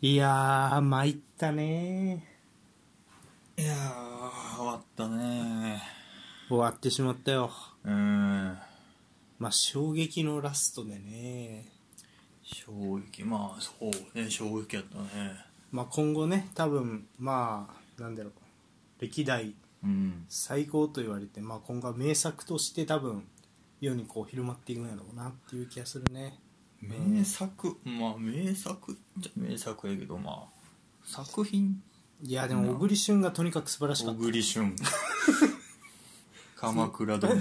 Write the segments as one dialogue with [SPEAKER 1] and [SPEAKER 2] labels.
[SPEAKER 1] いやー、参ったね
[SPEAKER 2] いやー終わったね
[SPEAKER 1] 終わってしまったよ。
[SPEAKER 2] うーん
[SPEAKER 1] まあ、衝撃のラストでね。
[SPEAKER 2] 衝撃まあそうね衝撃やったね
[SPEAKER 1] まあ、今後ね、多分、まあ、なんだろう。歴代
[SPEAKER 2] うん
[SPEAKER 1] 最高と言われて、まあ、今後は名作として多分、世にこう広まっていくんやろうなっていう気がするね。
[SPEAKER 2] 名作まあ名作っちゃ名作やけどまあ作品
[SPEAKER 1] いや、でも、小栗旬がとにかく素晴らしか
[SPEAKER 2] 小
[SPEAKER 1] った。
[SPEAKER 2] 栗 旬鎌倉殿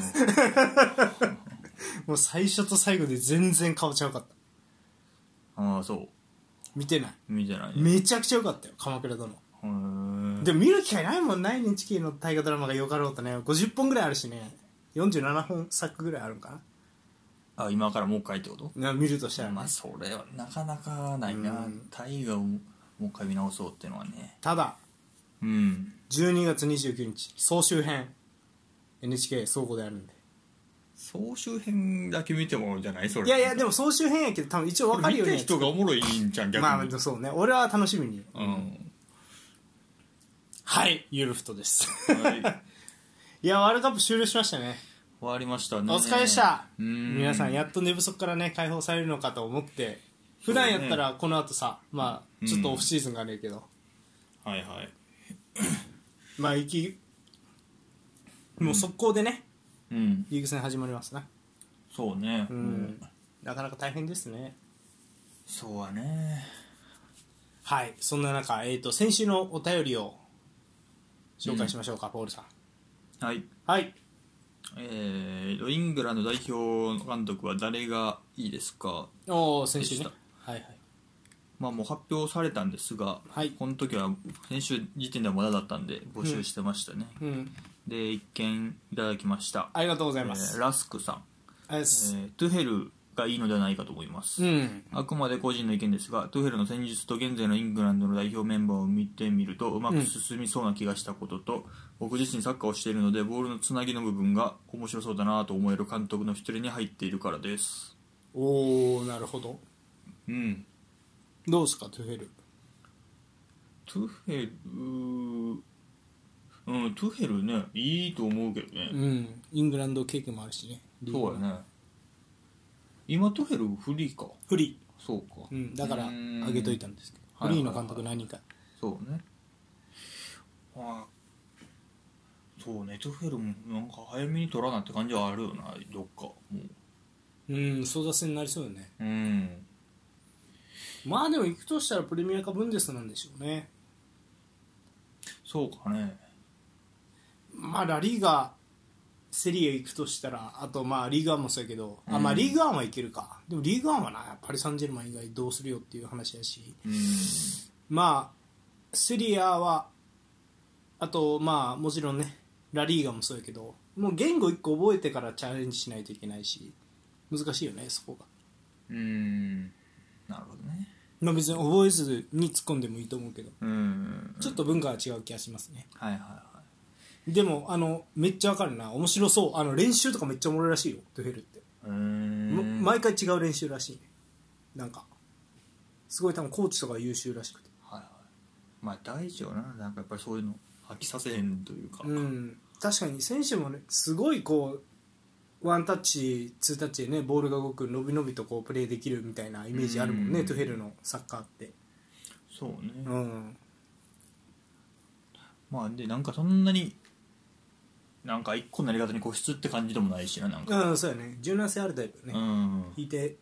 [SPEAKER 1] もう最初と最後で全然顔ちゃうかった。
[SPEAKER 2] ああそ
[SPEAKER 1] 見てない。
[SPEAKER 2] う見てないね
[SPEAKER 1] めちゃくちゃ良かったよ、鎌倉殿。
[SPEAKER 2] うーん
[SPEAKER 1] でも見る機会ないもんない NHK の大河ドラマがよかろうとね50本ぐらいあるしね47本作ぐらいあるんか
[SPEAKER 2] あ今からもう一回ってこと
[SPEAKER 1] なな見るとしたらね、
[SPEAKER 2] まあそれはなかなかないな
[SPEAKER 1] うん
[SPEAKER 2] 大河をもう一回見直そうっていうのはね
[SPEAKER 1] ただ
[SPEAKER 2] うん
[SPEAKER 1] 12月29日総集編 NHK 総合であるんで
[SPEAKER 2] 総集編だけ見てもじゃないそれ
[SPEAKER 1] いやいやでも総集編やけど多分一応分かるように
[SPEAKER 2] 見た人がおもろいんじゃん逆に、
[SPEAKER 1] まあそうね俺は楽しみに
[SPEAKER 2] うん
[SPEAKER 1] はいゆるふとです
[SPEAKER 2] はい終
[SPEAKER 1] いやワールドカップ終了しましたね
[SPEAKER 2] わりましたね
[SPEAKER 1] お疲れでした
[SPEAKER 2] うん
[SPEAKER 1] 皆さんやっと寝不足からね解放されるのかと思って普段やったらこの後さまあちょっとオフシーズンがあるけど、
[SPEAKER 2] はいはい
[SPEAKER 1] まあ行きもう速攻でね、
[SPEAKER 2] うん
[SPEAKER 1] リーグ戦始まりますな、
[SPEAKER 2] そうね
[SPEAKER 1] うんなかなか大変ですね
[SPEAKER 2] そうはね
[SPEAKER 1] はいそんな中、えー、と先週のお便りを紹介しましょうか、ポールさん
[SPEAKER 2] はい
[SPEAKER 1] はい
[SPEAKER 2] えー、イングランド代表の監督は誰がいいですか
[SPEAKER 1] おお先週ね
[SPEAKER 2] でし
[SPEAKER 1] はいはい
[SPEAKER 2] まあもう発表されたんですが、
[SPEAKER 1] はい
[SPEAKER 2] この時は先週時点ではまだだったんで募集してましたね、
[SPEAKER 1] うん
[SPEAKER 2] で一件いただきました、
[SPEAKER 1] ありがとうござい
[SPEAKER 2] え
[SPEAKER 1] ます、
[SPEAKER 2] ーラスクさん、
[SPEAKER 1] ありがとうございま
[SPEAKER 2] え
[SPEAKER 1] す
[SPEAKER 2] ートゥヘルがいいのではないかと思います、
[SPEAKER 1] うん
[SPEAKER 2] あくまで個人の意見ですがトゥヘルの戦術と現在のイングランドの代表メンバーを見てみるとうまく進みそうな気がしたことと、僕自身サッカーをしているのでボールのつなぎの部分が面白そうだなと思える監督の一人に入っているからです
[SPEAKER 1] おおなるほど
[SPEAKER 2] うん
[SPEAKER 1] どうですかトゥフェル
[SPEAKER 2] トゥヘルうんトゥヘルねいいと思うけどね、
[SPEAKER 1] うんイングランド経験もあるしねリーグ
[SPEAKER 2] そうやね今トゥヘルフリーか
[SPEAKER 1] フリ
[SPEAKER 2] そうか
[SPEAKER 1] ー、うん、だから
[SPEAKER 2] うん
[SPEAKER 1] 上げといたんですけど
[SPEAKER 2] は
[SPEAKER 1] フ
[SPEAKER 2] いはい
[SPEAKER 1] リ
[SPEAKER 2] は
[SPEAKER 1] ー
[SPEAKER 2] い
[SPEAKER 1] の監督何人か
[SPEAKER 2] そうねあそうねトゥフェルもなんか早めに取らなって感じはあるよなどっかも
[SPEAKER 1] うん争奪戦になりそうよね
[SPEAKER 2] ううん
[SPEAKER 1] まあでも行くとしたらプレミアかブンデスなんでしょうね
[SPEAKER 2] そうかね
[SPEAKER 1] まあラリーガセリエ行くとしたらあとまあリーグワンもそうやけど、あ
[SPEAKER 2] うん
[SPEAKER 1] まあリーグワンはいけるかでもリーグワンはなパリ・サンジェルマン以外どうするよっていう話やし
[SPEAKER 2] うん
[SPEAKER 1] まあセリアはあとまあもちろんねラリーガもそうやけどもう言語1個覚えてからチャレンジしないといけないし難しいよねそこが、
[SPEAKER 2] うんなるほどね
[SPEAKER 1] まあ、別に覚えずに突っ込んでもいいと思うけど
[SPEAKER 2] うん
[SPEAKER 1] ちょっと文化は違う気がしますね
[SPEAKER 2] はいはいは
[SPEAKER 1] でもあのめっちゃわかるな面白そうあの練習とかめっちゃおもろいらしいよドゥヘルって、
[SPEAKER 2] いうん
[SPEAKER 1] ま毎回違う練習らしいねなんかすごい多分コーチとか優秀らしくて
[SPEAKER 2] はいはいまあ大事よななんかやっぱりそういうの吐きさせへんというか
[SPEAKER 1] うん確かに選手もねすごいこうワンタッチツータッチでねボールが動く伸び伸びとこうプレーできるみたいなイメージあるもんね、
[SPEAKER 2] うん
[SPEAKER 1] トゥヘルのサッカーって
[SPEAKER 2] そうね、
[SPEAKER 1] うん
[SPEAKER 2] まあでなんかそんなになんか一個のやり方に固執って感じでもないしななんか
[SPEAKER 1] うんそうやね柔軟性あるタイプね、
[SPEAKER 2] うん
[SPEAKER 1] 引いて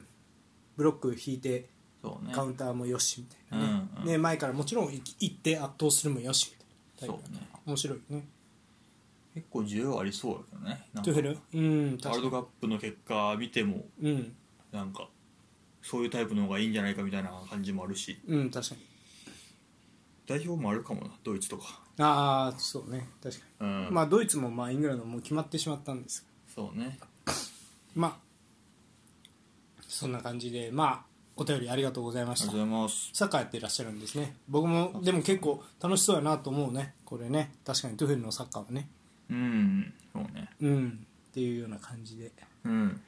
[SPEAKER 1] ブロック引いて
[SPEAKER 2] そうね
[SPEAKER 1] カウンターもよしみたいなね,、
[SPEAKER 2] うんうん
[SPEAKER 1] ね前からもちろんい行って圧倒するもよしみたいな
[SPEAKER 2] そ
[SPEAKER 1] タイ
[SPEAKER 2] う
[SPEAKER 1] プ
[SPEAKER 2] ね
[SPEAKER 1] 面白いね
[SPEAKER 2] 結構需要ありそうやけどねなん
[SPEAKER 1] ト
[SPEAKER 2] か
[SPEAKER 1] ゥフェルうん
[SPEAKER 2] ワール
[SPEAKER 1] 確か
[SPEAKER 2] ドカップの結果見ても
[SPEAKER 1] にうん
[SPEAKER 2] なんかそういうタイプの方がいいんじゃないかみたいな感じもあるし
[SPEAKER 1] うん確かに
[SPEAKER 2] 代表もあるかもなドイツとか
[SPEAKER 1] ああそうね確かに、
[SPEAKER 2] うん
[SPEAKER 1] まあドイツもまあイングランドももう決まってしまったんですが
[SPEAKER 2] そうね
[SPEAKER 1] まあそんな感じでまあお便りありがとうございま
[SPEAKER 2] あり
[SPEAKER 1] し
[SPEAKER 2] が
[SPEAKER 1] た
[SPEAKER 2] とうございます
[SPEAKER 1] サッカーやってらっしゃるんですね僕もでも結構楽しそうやなと思うねこれね確かにトゥフェルのサッカーはね
[SPEAKER 2] うんそうね
[SPEAKER 1] うんっていうような感じで
[SPEAKER 2] うん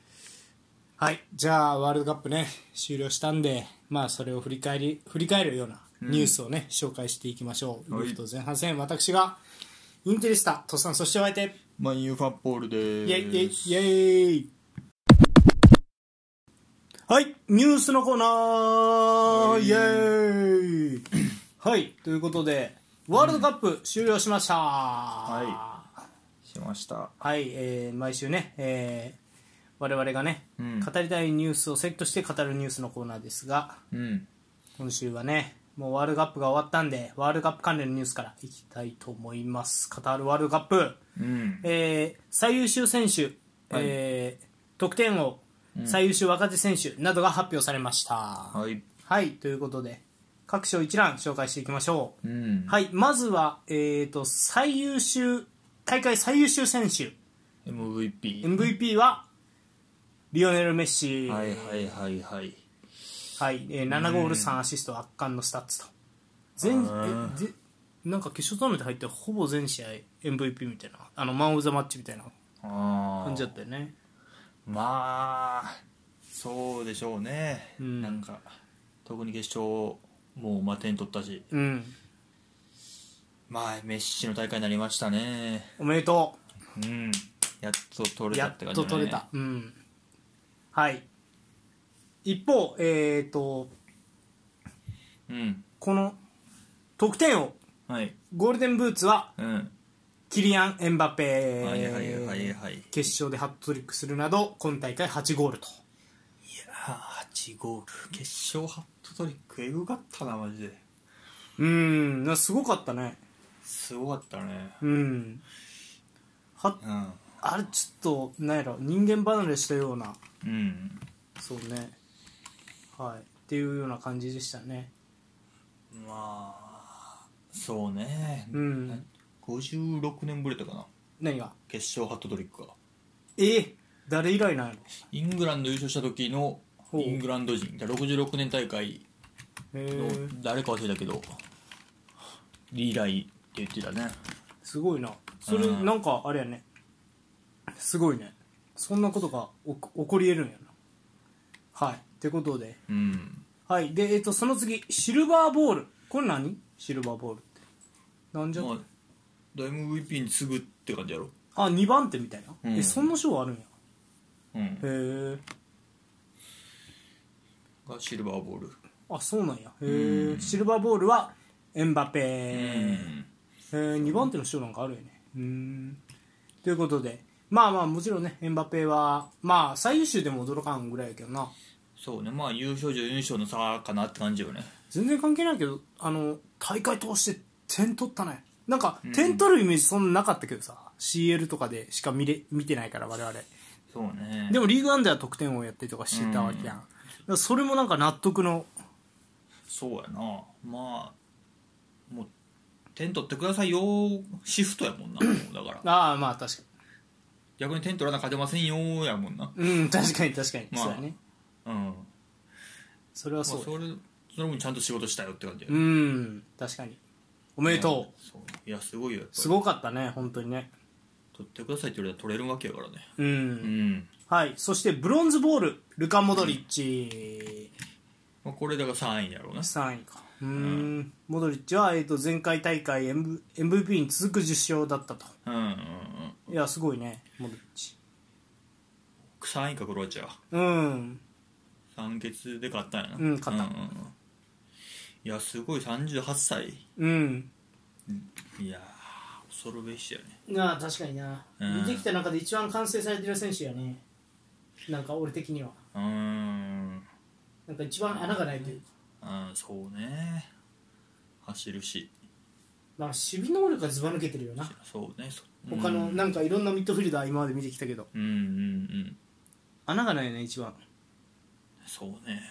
[SPEAKER 1] はいじゃあワールドカップね終了したんでまあそれを振り返り振り返るようなニュースをね、紹介していきましょう。
[SPEAKER 2] はい
[SPEAKER 1] リフト前半戦、私が、インテリスタ、とっさん、そしてお相手、
[SPEAKER 2] マンユーファンポールで
[SPEAKER 1] イェイイェイイ
[SPEAKER 2] す
[SPEAKER 1] ェイはい、ニュースのコーナー、
[SPEAKER 2] はい
[SPEAKER 1] イェイはい、ということで、ワールドカップ終了しました。
[SPEAKER 2] はしました
[SPEAKER 1] はい、えー毎週ね、えー我々がね、
[SPEAKER 2] うん
[SPEAKER 1] 語りたいニュースをセットして語るニュースのコーナーですが
[SPEAKER 2] うん
[SPEAKER 1] 今週はねもうワールドカップが終わったんでワールドカップ関連のニュースからいきたいと思いますカタールワールドカップ、
[SPEAKER 2] うん
[SPEAKER 1] えー最優秀選手、
[SPEAKER 2] はい
[SPEAKER 1] えー得点王最優秀若手選手などが発表されました、はい、
[SPEAKER 2] はい
[SPEAKER 1] ということで各賞一覧紹介していきましょう、
[SPEAKER 2] うん
[SPEAKER 1] はいまずは、えー、と最優秀大会最優秀選手
[SPEAKER 2] MVP
[SPEAKER 1] MVP はリオネル・メッシ、
[SPEAKER 2] は
[SPEAKER 1] はいい
[SPEAKER 2] はいはいはい
[SPEAKER 1] えー7ゴール3アシスト圧巻のスタッツと全
[SPEAKER 2] うん
[SPEAKER 1] えぜなんか決勝トーナメント入ってほぼ全試合 MVP みたいなあのマン・オブ・ザ・マッチみたいな
[SPEAKER 2] あ
[SPEAKER 1] 感じ
[SPEAKER 2] あ
[SPEAKER 1] だったよね
[SPEAKER 2] まあそうでしょうね、
[SPEAKER 1] うん
[SPEAKER 2] なんか特に決勝もうまあ点取ったし
[SPEAKER 1] うん
[SPEAKER 2] まあメッシの大会になりましたね
[SPEAKER 1] おめでと
[SPEAKER 2] うんやっと取
[SPEAKER 1] う
[SPEAKER 2] れた
[SPEAKER 1] や
[SPEAKER 2] っ
[SPEAKER 1] って
[SPEAKER 2] 感じ
[SPEAKER 1] と
[SPEAKER 2] だね
[SPEAKER 1] 取れた、うんはい一方えっ、と
[SPEAKER 2] うん
[SPEAKER 1] この得点王
[SPEAKER 2] はい
[SPEAKER 1] ゴールデンブーツは
[SPEAKER 2] うん
[SPEAKER 1] キリアン・エンバペ、
[SPEAKER 2] はいはいはいはい
[SPEAKER 1] 決勝でハットトリックするなど今大会8ゴールと
[SPEAKER 2] あ8ゴール決勝ハットトリックエグかったなマジで
[SPEAKER 1] うーんすごかったね
[SPEAKER 2] すごかったね
[SPEAKER 1] うんは
[SPEAKER 2] うん
[SPEAKER 1] あれちょっとなんやろ人間離れしたような
[SPEAKER 2] うん
[SPEAKER 1] そうねはいっていうような感じでしたね
[SPEAKER 2] まあそうね、
[SPEAKER 1] うん
[SPEAKER 2] 56年ぶりだかな
[SPEAKER 1] 何が
[SPEAKER 2] 決勝ハットトリックが
[SPEAKER 1] え誰以来なんやろ
[SPEAKER 2] イングランド優勝した時の
[SPEAKER 1] ほう
[SPEAKER 2] イングランド人だから66年大会
[SPEAKER 1] へ
[SPEAKER 2] の
[SPEAKER 1] え
[SPEAKER 2] 誰か忘れたけど以来って言ってたね
[SPEAKER 1] すごいなそれ
[SPEAKER 2] うん
[SPEAKER 1] なんかあれやねすごいねそんなことがおこ起こりえるんやなはいってことで
[SPEAKER 2] うん
[SPEAKER 1] はいでえっとその次シルバーボールこれ何シルバーボールってなんじゃ
[SPEAKER 2] まあだ MVP に次ぐって感じやろ
[SPEAKER 1] あ二2番手みたいな、
[SPEAKER 2] うん
[SPEAKER 1] えそんな賞あるんや
[SPEAKER 2] うん
[SPEAKER 1] へえ
[SPEAKER 2] がシルバーボール
[SPEAKER 1] あそうなんやへえシルバーボールはエンバペへえ2番手の賞なんかあるよねうんということでまあまあもちろんねエンバペはまあ最優秀でも驚かんぐらいやけどな
[SPEAKER 2] そうねまあ優勝準優勝の差かなって感じよね
[SPEAKER 1] 全然関係ないけどあの大会通して点取ったねなんか点取るイメージそんななかったけどさ、CL とかでしか見れ見てないから我々
[SPEAKER 2] そうね
[SPEAKER 1] でもリーグワンでは得点王やったりとかしてたわけやん、だからそれもなんか納得の
[SPEAKER 2] そうやなまあもう点取ってくださいよシフトやもんなもうだ から
[SPEAKER 1] ああまあ確か
[SPEAKER 2] 逆に点取らな勝てませんよやもんな
[SPEAKER 1] にうん確かに確かに、
[SPEAKER 2] まあ
[SPEAKER 1] そうやね
[SPEAKER 2] うん
[SPEAKER 1] それは
[SPEAKER 2] そ
[SPEAKER 1] そうや、
[SPEAKER 2] まあ、それその分ちゃんと仕事したよって感じや
[SPEAKER 1] うん確かにおめでとう、
[SPEAKER 2] そういやすごいよやっぱり
[SPEAKER 1] すごかったね本当にね
[SPEAKER 2] 取ってくださいって言われたら取れるわけやからね
[SPEAKER 1] うん、
[SPEAKER 2] うん、
[SPEAKER 1] はいそしてブロンズボールルカ・モドリッチ、
[SPEAKER 2] まあ、これだから3位やろうな
[SPEAKER 1] 3位かうーんモドリッチは、えー、と前回大会 M MVP に続く10勝だったと
[SPEAKER 2] うんうんうん
[SPEAKER 1] いやすごいねモドリッチ
[SPEAKER 2] 3位かクロアチア
[SPEAKER 1] うん
[SPEAKER 2] 三決で勝ったんやな
[SPEAKER 1] うん勝った
[SPEAKER 2] うんうんうんいやすごい38歳
[SPEAKER 1] うん
[SPEAKER 2] いやー恐るべしやね
[SPEAKER 1] ああ確かにな、
[SPEAKER 2] うん
[SPEAKER 1] できた中で一番完成されてる選手やねなんか俺的には
[SPEAKER 2] うーん
[SPEAKER 1] なんか一番穴がないというか、
[SPEAKER 2] うんそうね走るし
[SPEAKER 1] まあ、守備能力がずば抜けてるよな
[SPEAKER 2] そうねそ
[SPEAKER 1] 他の
[SPEAKER 2] うん
[SPEAKER 1] なんかいろんなミッドフィルダー今まで見てきたけど
[SPEAKER 2] うんうんうん
[SPEAKER 1] 穴がないよね一番
[SPEAKER 2] そうね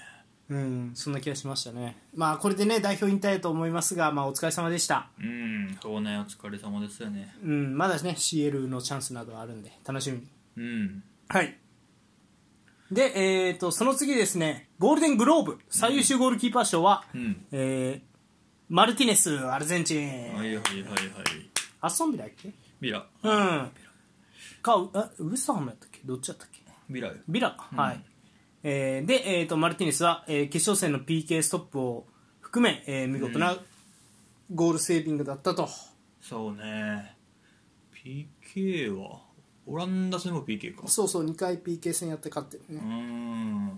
[SPEAKER 1] うんそんな気がしましたねまあこれでね代表引退だと思いますが、まあ、お疲れ様でした
[SPEAKER 2] うんそうねお疲れ様ですよね
[SPEAKER 1] うん、まだね CL のチャンスなどはあるんで楽しみに
[SPEAKER 2] うん
[SPEAKER 1] はいで、えー、とその次ですねゴールデングローブ最優秀ゴールキーパー賞は、
[SPEAKER 2] うん
[SPEAKER 1] えーマルティネスアルゼンチン、
[SPEAKER 2] はいはいはいはい
[SPEAKER 1] アッソンビラやっけうん
[SPEAKER 2] ビラ
[SPEAKER 1] かうあウエストハムやったっけどっちやったっけ
[SPEAKER 2] ビラよ
[SPEAKER 1] ビラ、はいえーで、えー、とマルティネスは、えー決勝戦の PK ストップを含め、えー見事なゴールセービングだったと、
[SPEAKER 2] そうね PK はオランダ戦も PK か
[SPEAKER 1] そうそう2回 PK 戦やって勝ってる
[SPEAKER 2] う
[SPEAKER 1] ね、
[SPEAKER 2] ん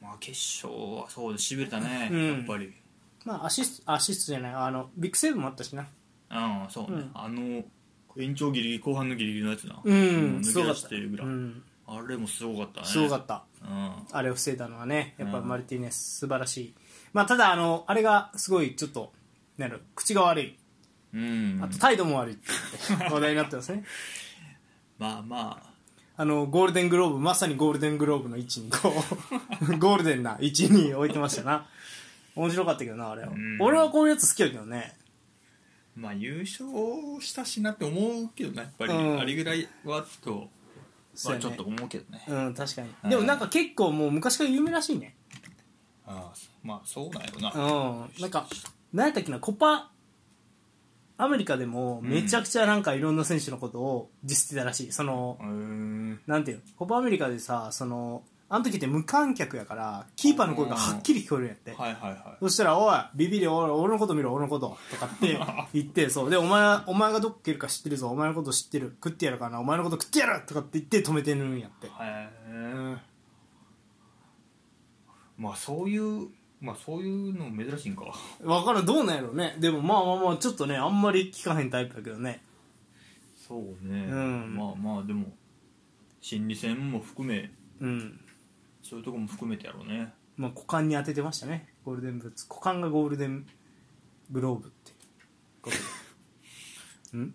[SPEAKER 2] まあ決勝はそうでしびれたね、
[SPEAKER 1] うん
[SPEAKER 2] やっぱり
[SPEAKER 1] まあアシストアシストじゃないあのビッグセーブもあったしな
[SPEAKER 2] うんそうね、
[SPEAKER 1] うん
[SPEAKER 2] あの延長ギリギリ後半のギリギリのやつな、
[SPEAKER 1] うん
[SPEAKER 2] 抜
[SPEAKER 1] す
[SPEAKER 2] け
[SPEAKER 1] ごか
[SPEAKER 2] 出
[SPEAKER 1] っ
[SPEAKER 2] したてるぐらい、
[SPEAKER 1] うん
[SPEAKER 2] あれもすごかったね
[SPEAKER 1] すごかった
[SPEAKER 2] うん
[SPEAKER 1] あれを防いだのはねやっぱ
[SPEAKER 2] うん
[SPEAKER 1] マルティネス素晴らしい、まあただあのあれがすごいちょっとなんだろう口が悪い
[SPEAKER 2] うん
[SPEAKER 1] あと態度も悪いって言って話題になってますね
[SPEAKER 2] まあまあ
[SPEAKER 1] あのゴールデングローブまさにゴールデングローブの位置にこ うゴールデンな位置に置いてましたな面白かったけどなあれは
[SPEAKER 2] ん
[SPEAKER 1] 俺はこういうやつ好きだけどね
[SPEAKER 2] まあ優勝したしなって思うけどねやっぱり、
[SPEAKER 1] うん
[SPEAKER 2] あれぐらいはと、
[SPEAKER 1] そ
[SPEAKER 2] ま
[SPEAKER 1] うや
[SPEAKER 2] あ、ち
[SPEAKER 1] ね
[SPEAKER 2] ょっと思うけどね
[SPEAKER 1] うん確かに
[SPEAKER 2] うん
[SPEAKER 1] でもなんか結構もう昔から有名らしいね
[SPEAKER 2] ああまあそうなんやろな、
[SPEAKER 1] うんなんか何やったっけなコパアメリカでもめちゃくちゃなんかいろんな選手のことをディスってたらしいその
[SPEAKER 2] うん、
[SPEAKER 1] なんていうのコパアメリカでさそのあの時って無観客やからキーパーの声がはっきり聞こえるんやって
[SPEAKER 2] はいはいは
[SPEAKER 1] そしたら「おいビビりおい俺のこと見ろ俺のこと」とかって言って そうでお前「お前がどこ蹴るか知ってるぞお前のこと知ってる食ってやるからなお前のこと食ってやる!」とかって言って止めてるんやって
[SPEAKER 2] いへえまあそういうまあそういうの珍しいんか
[SPEAKER 1] 分からんどうなんやろうねでもまあまあまあちょっとねあんまり聞かへんタイプだけどね
[SPEAKER 2] そうね、
[SPEAKER 1] うん
[SPEAKER 2] まあまあでも心理戦も含め
[SPEAKER 1] うん
[SPEAKER 2] そういうとこも含めてやろうね
[SPEAKER 1] まあ股間に当ててましたねゴールデンブーツ股間がゴールデングローブってことで ん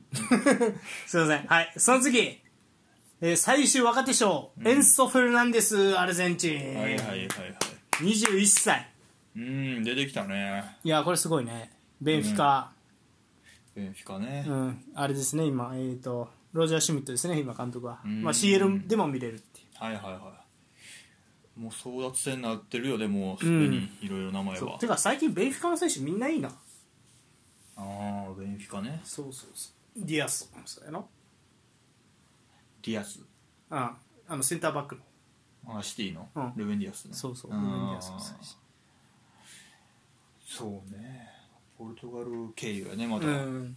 [SPEAKER 1] すいませんはいその次、えー最終若手賞、エンソ・フェルナンデスアルゼンチン、
[SPEAKER 2] はいはいはいはい
[SPEAKER 1] 21歳
[SPEAKER 2] うん出てきたね
[SPEAKER 1] いやこれすごいねベンフィカ、
[SPEAKER 2] ベンフィカね、
[SPEAKER 1] うんあれですね今えっ、とロジャー・シュミットですね今監督は、
[SPEAKER 2] ん
[SPEAKER 1] まあ、CL でも見れるっていう
[SPEAKER 2] はいはいはいもう争奪戦になってるよでもうすでにいろいろ名前
[SPEAKER 1] そう
[SPEAKER 2] は、
[SPEAKER 1] てか最近ベンフィカの選手みんないいな
[SPEAKER 2] ああベンフィカね
[SPEAKER 1] そうそうそうディアスとかもそうやろ
[SPEAKER 2] ディア
[SPEAKER 1] う
[SPEAKER 2] ス
[SPEAKER 1] んあのセンターバックの
[SPEAKER 2] あシティの、
[SPEAKER 1] うん
[SPEAKER 2] レベンディアスね
[SPEAKER 1] そうそう
[SPEAKER 2] あー
[SPEAKER 1] ルーマニアそうそう
[SPEAKER 2] そうねポルトガル経由やねまた、
[SPEAKER 1] うん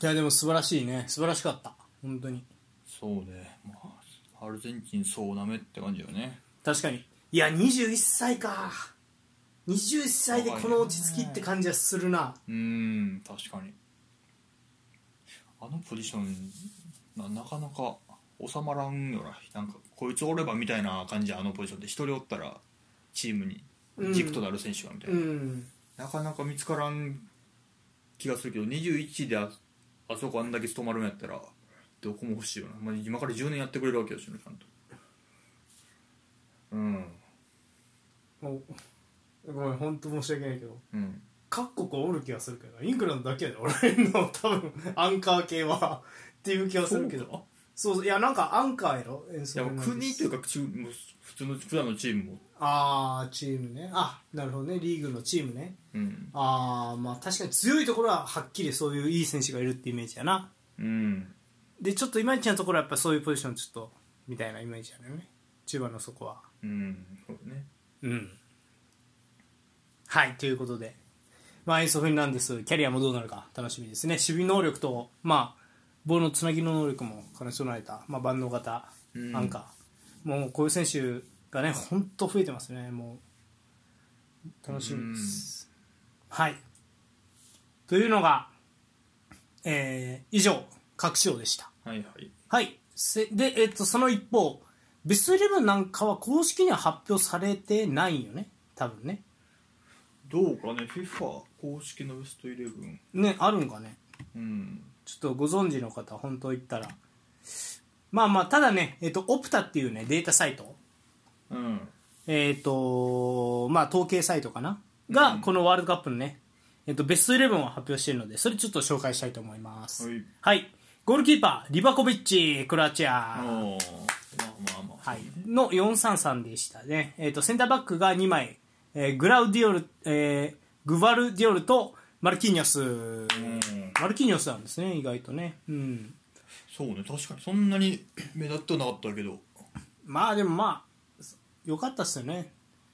[SPEAKER 1] いやでも素晴らしいね素晴らしかった本当に
[SPEAKER 2] そうねまあアルゼンチンそうなめって感じよね
[SPEAKER 1] 確かにいや21歳か21歳でこの落ち着きって感じはするな
[SPEAKER 2] うーん確かにあのポジションななかなか収まらんよななんかこいつおればみたいな感じであのポジションで一人おったらチームに
[SPEAKER 1] うん
[SPEAKER 2] 軸となる選手がみたいな、
[SPEAKER 1] うん
[SPEAKER 2] なかなか見つからん気がするけど21でああそこあんだけ務まるんやったらどこも欲しいよな、まあ、今から10年やってくれるわけよしねちゃんとうん
[SPEAKER 1] もうごめん本当申し訳ないけど
[SPEAKER 2] うん
[SPEAKER 1] 各国おる気がするけどイングランドだけやで俺の多分アンカー系は っていう気がするけど
[SPEAKER 2] ど
[SPEAKER 1] そうそういやなんかアンカーやろ演
[SPEAKER 2] い
[SPEAKER 1] 奏
[SPEAKER 2] や国というかちゅもう普通の普段のチームも
[SPEAKER 1] ああチームねあなるほどねリーグのチームね
[SPEAKER 2] うん
[SPEAKER 1] ああまあ確かに強いところははっきりそういういい選手がいるってイメージやな
[SPEAKER 2] うん
[SPEAKER 1] でちょっといまいちなところはやっぱそういうポジションちょっとみたいなイメージやね中盤のそこは
[SPEAKER 2] うんそうね
[SPEAKER 1] うんはいということで、まあ、エンソ・フェルナンデスキャリアもどうなるか楽しみですね守備能力と、まあ、ボールのつなぎの能力も兼ね備えた、まあ、万能型
[SPEAKER 2] うん
[SPEAKER 1] アンカー、もうこういう選手がね本当増えてますねもう楽しみです、はいというのが、えー以上各賞でした
[SPEAKER 2] はいはい
[SPEAKER 1] はい。せで、えっと、その一方、ベストイレブンなんかは公式には発表されてないよね。多分ね。
[SPEAKER 2] どうかね FIFA 公式のベストイレブン
[SPEAKER 1] ね、あるんかね。
[SPEAKER 2] うん
[SPEAKER 1] ちょっとご存知の方、本当言ったら。まあまあ、ただね、えっと、オプタっていうね、データサイト。
[SPEAKER 2] うん
[SPEAKER 1] えっと、まあ、統計サイトかな。が、
[SPEAKER 2] うん
[SPEAKER 1] このワールドカップのね、えっと、ベストイレブンを発表しているので、それちょっと紹介したいと思います。
[SPEAKER 2] はい
[SPEAKER 1] ゴールキーパー、リバコビッチ、クロアチア。
[SPEAKER 2] おーまあまあまあ
[SPEAKER 1] はい
[SPEAKER 2] そうね、
[SPEAKER 1] の433でしたね、えー、とセンターバックが2枚、えーグラウディオル、えーグバルディオルとマルキーニョス、
[SPEAKER 2] うん
[SPEAKER 1] マルキーニョスなんですね意外とね、うん、
[SPEAKER 2] そうね確かにそんなに目立ってはなかったけど
[SPEAKER 1] まあでもまあ良かったっすよね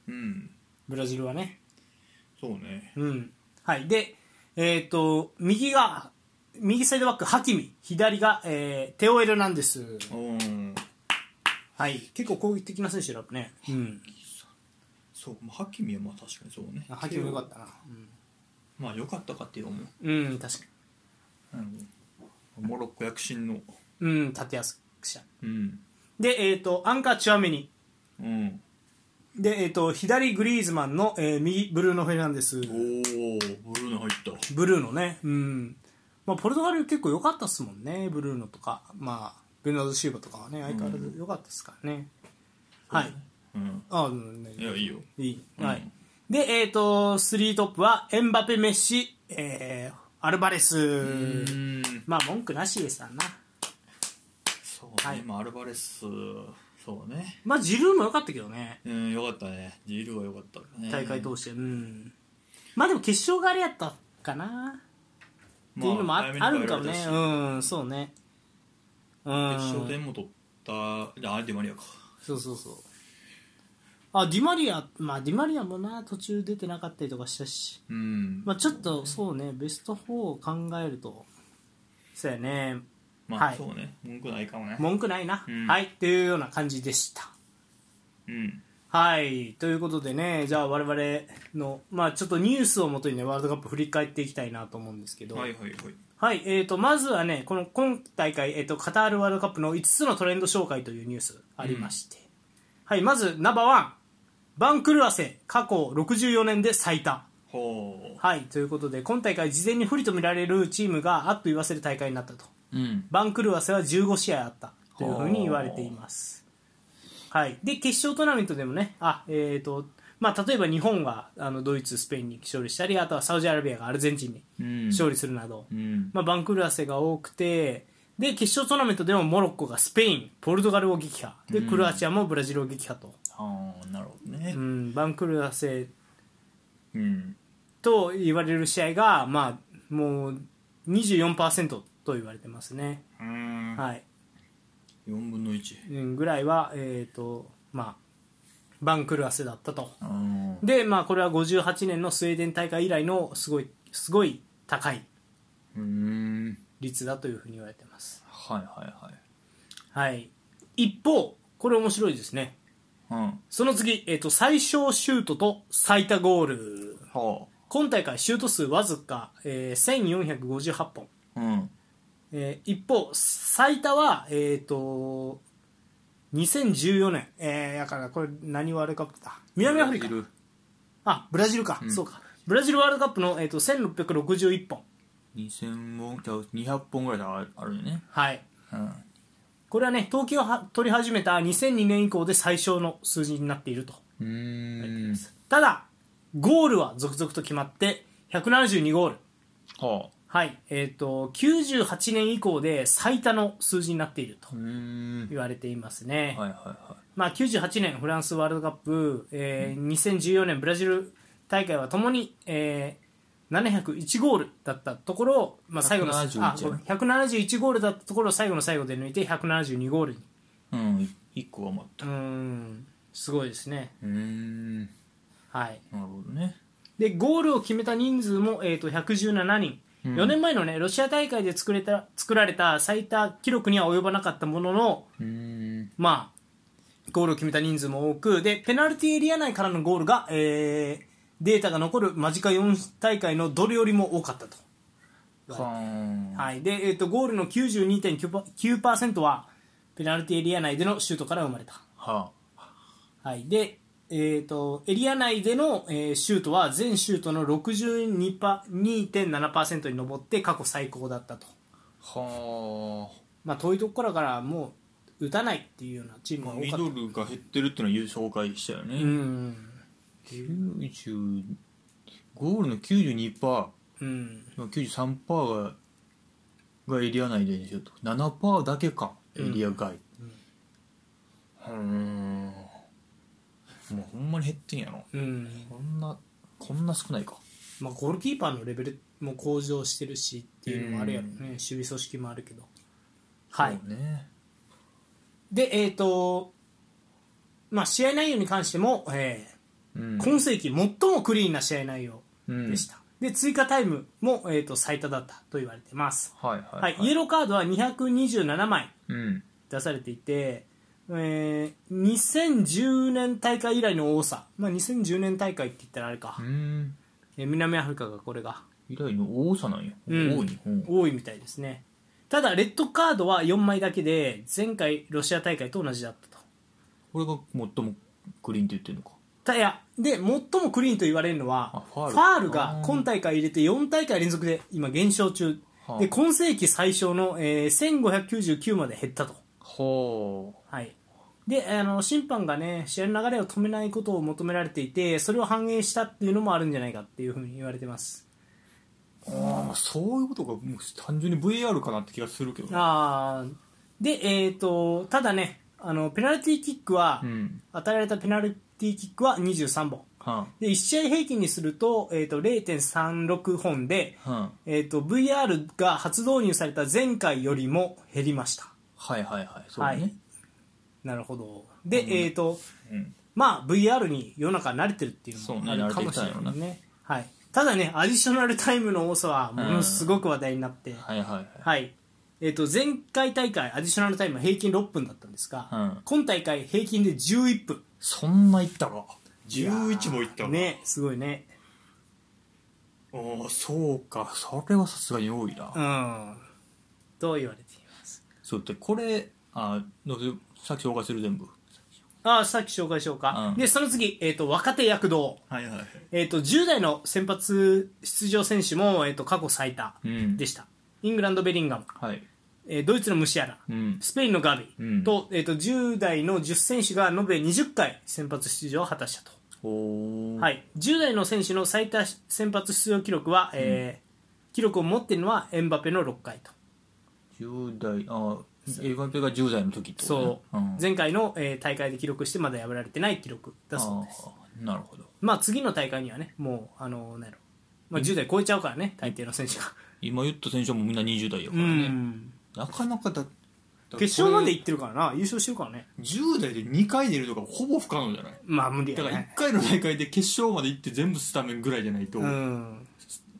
[SPEAKER 2] うん
[SPEAKER 1] ブラジルはね
[SPEAKER 2] そうね
[SPEAKER 1] うん。はい。で、えっ、と、右が、右サイドバック、ハキミ。左が、えーテオエルなんです。
[SPEAKER 2] うん
[SPEAKER 1] はい。結構攻撃的な選手だね。うん。
[SPEAKER 2] そうまあハキミはまあ確かにそうね
[SPEAKER 1] ハキミよかったな。
[SPEAKER 2] まあ良かったかっていう思う
[SPEAKER 1] うん、うん、確か
[SPEAKER 2] うんモロッコ躍進の
[SPEAKER 1] に。うん、立てやすくした。
[SPEAKER 2] うん
[SPEAKER 1] で、えっ、と、アンカー、チュアメニ。
[SPEAKER 2] うん
[SPEAKER 1] で、えっ、と、左、グリーズマンの、えー右、ブルーノ・フェルナンデス。
[SPEAKER 2] おおブルーの入った
[SPEAKER 1] ブルーノね。うん。まあ、ポルトガル結構良かったっすもんね。ブルーノとか、まあ、ベルナード・シーバとかはね、相変わらず良かったっすからね。はい。
[SPEAKER 2] うん
[SPEAKER 1] あ、うんね
[SPEAKER 2] いやいいよ
[SPEAKER 1] いい、
[SPEAKER 2] うん
[SPEAKER 1] はいでえっ、と3トップはエンバペメッシ、えーアルバレス
[SPEAKER 2] うん
[SPEAKER 1] まあ文句なしですわな
[SPEAKER 2] そうね、
[SPEAKER 1] はい
[SPEAKER 2] まあアルバレスそうね
[SPEAKER 1] まあジルーも良かったけどね
[SPEAKER 2] うんよかったねジルーはよかったね
[SPEAKER 1] 大会通してうんまあでも決勝があれやったかなっていうのもあ,、
[SPEAKER 2] 早めに
[SPEAKER 1] あ、るんかもね
[SPEAKER 2] 帰られたし
[SPEAKER 1] うんそうねうん
[SPEAKER 2] 決勝点も取ったあデマリアか
[SPEAKER 1] そうそうそうあディマリアまあディマリアもな途中出てなかったりとかしたし
[SPEAKER 2] うん
[SPEAKER 1] まあちょっとそうねベスト4を考えるとそうやね
[SPEAKER 2] まあ、
[SPEAKER 1] はい
[SPEAKER 2] そうね文句ないかもね
[SPEAKER 1] 文句ないな、
[SPEAKER 2] うん
[SPEAKER 1] はいっていうような感じでした
[SPEAKER 2] うん
[SPEAKER 1] はいということでねじゃあ我々のまあちょっとニュースをもとにねワールドカップ振り返っていきたいなと思うんですけど
[SPEAKER 2] はいはいはい
[SPEAKER 1] はいえー、とまずはねこの今大会、えー、とカタールワールドカップの5つのトレンド紹介というニュースありまして、はいまずナンバーワンバンクルアセ過去64年で最多
[SPEAKER 2] ほ
[SPEAKER 1] はいということで今大会事前に不利と見られるチームがあっと言わせる大会になったと
[SPEAKER 2] ううん
[SPEAKER 1] バンクルワセは15試合あったというふうに言われています、はい、で決勝トーナメントでもねあ、えーとまあ、例えば日本があのドイツ、スペインに勝利したりあとはサウジアラビアがアルゼンチンに
[SPEAKER 2] うん
[SPEAKER 1] 勝利するなど、
[SPEAKER 2] うん
[SPEAKER 1] まあ、バンクルワセが多くてで決勝トーナメントでもモロッコがスペイン、ポルトガルを撃破で
[SPEAKER 2] うん
[SPEAKER 1] クロアチアもブラジルを撃破と、
[SPEAKER 2] ああなるほどね
[SPEAKER 1] うん、バンクルワセ
[SPEAKER 2] うん
[SPEAKER 1] と言われる試合が、まあ、もう24%と言われてますね。
[SPEAKER 2] うん
[SPEAKER 1] はい
[SPEAKER 2] 4分の1
[SPEAKER 1] うんぐらいは、えーとまあ、バンクルアセだったと
[SPEAKER 2] あー
[SPEAKER 1] で、まあ、これは58年のスウェーデン大会以来のすごいすごい高いう
[SPEAKER 2] ーん
[SPEAKER 1] 率だというふうに言われてます、
[SPEAKER 2] はいはい
[SPEAKER 1] はい、一方これ面白いですね
[SPEAKER 2] はいうん
[SPEAKER 1] その次、えー、と最小シュートと最多ゴール
[SPEAKER 2] は
[SPEAKER 1] 今大会シュート数わずか、えー1458本、
[SPEAKER 2] あうん
[SPEAKER 1] えー一方最多はえっ、と2014年えー、だからこれ何ワールドカップだ南アフリカ
[SPEAKER 2] ブラジル
[SPEAKER 1] あブラジルか、
[SPEAKER 2] ん
[SPEAKER 1] そうかブラジルワールドカップの、えー、と1661本
[SPEAKER 2] 2000本ちゃう200本ぐらいあるあるよね
[SPEAKER 1] はい
[SPEAKER 2] うん
[SPEAKER 1] これはね統計をは取り始めた2002年以降で最小の数字になっていると
[SPEAKER 2] うーん
[SPEAKER 1] ただゴールは続々と決まって172ゴール
[SPEAKER 2] はあ
[SPEAKER 1] はいえっ、と98年以降で最多の数字になっていると
[SPEAKER 2] うーん
[SPEAKER 1] 言われていますね、
[SPEAKER 2] はいはいは
[SPEAKER 1] まあ、98年フランスワールドカップ、えー2014年ブラジル大会はともに、えー701ゴールだったところを、まあ、最後の
[SPEAKER 2] 171
[SPEAKER 1] あごめん171ゴールだったところを最後の最後で抜いて172ゴールに
[SPEAKER 2] いうん1個余った
[SPEAKER 1] うーんすごいですね、
[SPEAKER 2] うーんな
[SPEAKER 1] はい、
[SPEAKER 2] るほどね
[SPEAKER 1] でゴールを決めた人数も、えー、と117人、
[SPEAKER 2] うん
[SPEAKER 1] 4年前の、ね、ロシア大会で作れた作られた最多記録には及ばなかったものの、
[SPEAKER 2] うーん
[SPEAKER 1] まあ、ゴールを決めた人数も多くでペナルティーエリア内からのゴールが、えーデータが残る間近4大会のどれよりも多かったと、
[SPEAKER 2] はん
[SPEAKER 1] はいでえー、とゴールの92.9%はペナルティーエリア内でのシュートから生まれた、
[SPEAKER 2] は
[SPEAKER 1] はい、で、えー、とエリア内での、えーシュートは全シュートの62.7%に上って過去最高だったと、
[SPEAKER 2] あは
[SPEAKER 1] まあ、遠いところからもう打たないっていうようなチームが
[SPEAKER 2] あ
[SPEAKER 1] 多
[SPEAKER 2] ミ
[SPEAKER 1] かった
[SPEAKER 2] ドルが減ってるっていうのは優紹介したよ
[SPEAKER 1] う
[SPEAKER 2] ね、
[SPEAKER 1] ん
[SPEAKER 2] 90ゴールの92パ
[SPEAKER 1] うん
[SPEAKER 2] ー93パーががエリア内ででしょと7パーだけかエリア外うんんもうほんまに減ってんやろ
[SPEAKER 1] うん
[SPEAKER 2] こんなこんな少ないか
[SPEAKER 1] まあ、ゴールキーパーのレベルも向上してるしっていうのもあるやろね、守備組織もあるけど。はい、
[SPEAKER 2] そうね
[SPEAKER 1] で、えっ、と、まあ、試合内容に関しても、え
[SPEAKER 2] う
[SPEAKER 1] ー
[SPEAKER 2] ん
[SPEAKER 1] 今世紀最もクリーンな試合内容
[SPEAKER 2] うん
[SPEAKER 1] でした、で追加タイムも、えー、と最多だったと言われてます、
[SPEAKER 2] はい
[SPEAKER 1] は
[SPEAKER 2] はいい、
[SPEAKER 1] イエローカードは227枚
[SPEAKER 2] うん
[SPEAKER 1] 出されていて、えー2010年大会以来の多さ、まあ、2010年大会って言ったらあれか、
[SPEAKER 2] うん
[SPEAKER 1] えー南アフリカがこれが
[SPEAKER 2] 以来の多さなんや、
[SPEAKER 1] うん
[SPEAKER 2] 多い日本
[SPEAKER 1] 多いみたいですねただレッドカードは4枚だけで前回ロシア大会と同じだったと
[SPEAKER 2] これが最もクリーンって言ってるのか
[SPEAKER 1] たやで最もクリーンと言われるのは
[SPEAKER 2] あファウル
[SPEAKER 1] ファールが今大会入れて4大会連続で今減少中
[SPEAKER 2] はあ
[SPEAKER 1] で今世紀最小の、えー1599まで減ったと、
[SPEAKER 2] は
[SPEAKER 1] はい、であの審判がね試合の流れを止めないことを求められていてそれを反映したっていうのもあるんじゃないかっていうふうに言われてます
[SPEAKER 2] ああそういうことがもう単純に VAR かなって気がするけどね
[SPEAKER 1] あーで、えー、とただねあのペナルティーキックは、
[SPEAKER 2] うん
[SPEAKER 1] 与えられたペナルティーキックは23本
[SPEAKER 2] は
[SPEAKER 1] で1試合平均にすると,、えー、と0.36本で、
[SPEAKER 2] んはん
[SPEAKER 1] えー、と VR が初導入された前回よりも減りました
[SPEAKER 2] はいはいはいそうだね、
[SPEAKER 1] はいなるほどで、えーと
[SPEAKER 2] うん
[SPEAKER 1] まあ、VR に世の中慣れてるっていうのもあるかもしれな
[SPEAKER 2] そうね慣れ
[SPEAKER 1] い
[SPEAKER 2] てき
[SPEAKER 1] ねはい、ただねアディショナルタイムの多さはものすごく話題になって、
[SPEAKER 2] はいはいはい
[SPEAKER 1] はいえー、と前回大会アディショナルタイムは平均6分だったんですが、
[SPEAKER 2] うん
[SPEAKER 1] 今大会平均で11分
[SPEAKER 2] そんないったか11もいったか
[SPEAKER 1] ねすごいね
[SPEAKER 2] ああそうかそれはさすがに多いな、
[SPEAKER 1] うんと言われています
[SPEAKER 2] そうだってこれあどうせさっき紹介する全部
[SPEAKER 1] ああさっき紹介しようか、
[SPEAKER 2] うん
[SPEAKER 1] でその次、えー、と若手躍動、
[SPEAKER 2] はいはい
[SPEAKER 1] えー、と10代の先発出場選手も、えー、と過去最多
[SPEAKER 2] うん
[SPEAKER 1] でした、イングランド・ベリンガム、
[SPEAKER 2] はい
[SPEAKER 1] えードイツのムシアラ
[SPEAKER 2] うん
[SPEAKER 1] スペインのガビ、
[SPEAKER 2] うん
[SPEAKER 1] と,、えー、と10代の10選手が延べ20回先発出場を果たしたと、
[SPEAKER 2] おお
[SPEAKER 1] はいい、10代の選手の最多先発出場記録は、えー記録を持っているのはエンバペの6回と
[SPEAKER 2] 10代あエヴァンペが10代の時ってことね
[SPEAKER 1] そう、
[SPEAKER 2] ん
[SPEAKER 1] 前回の、えー大会で記録してまだ破られてない記録だそうです
[SPEAKER 2] あーなるほど
[SPEAKER 1] まあ次の大会にはねもうあのなんやろ、まあ、10代超えちゃうからね大抵の選手が、
[SPEAKER 2] 今言った選手はもうみんな20代やか
[SPEAKER 1] う
[SPEAKER 2] らね、
[SPEAKER 1] ん、
[SPEAKER 2] なかなかだ
[SPEAKER 1] 決勝まで行
[SPEAKER 2] っ
[SPEAKER 1] ってるからな優勝してるからね
[SPEAKER 2] 10代で2回出るとかほぼ不可能じゃない
[SPEAKER 1] まあ無理や
[SPEAKER 2] だから
[SPEAKER 1] ね
[SPEAKER 2] 1回の大会で決勝まで行って全部スタメンぐらいじゃないと、
[SPEAKER 1] うん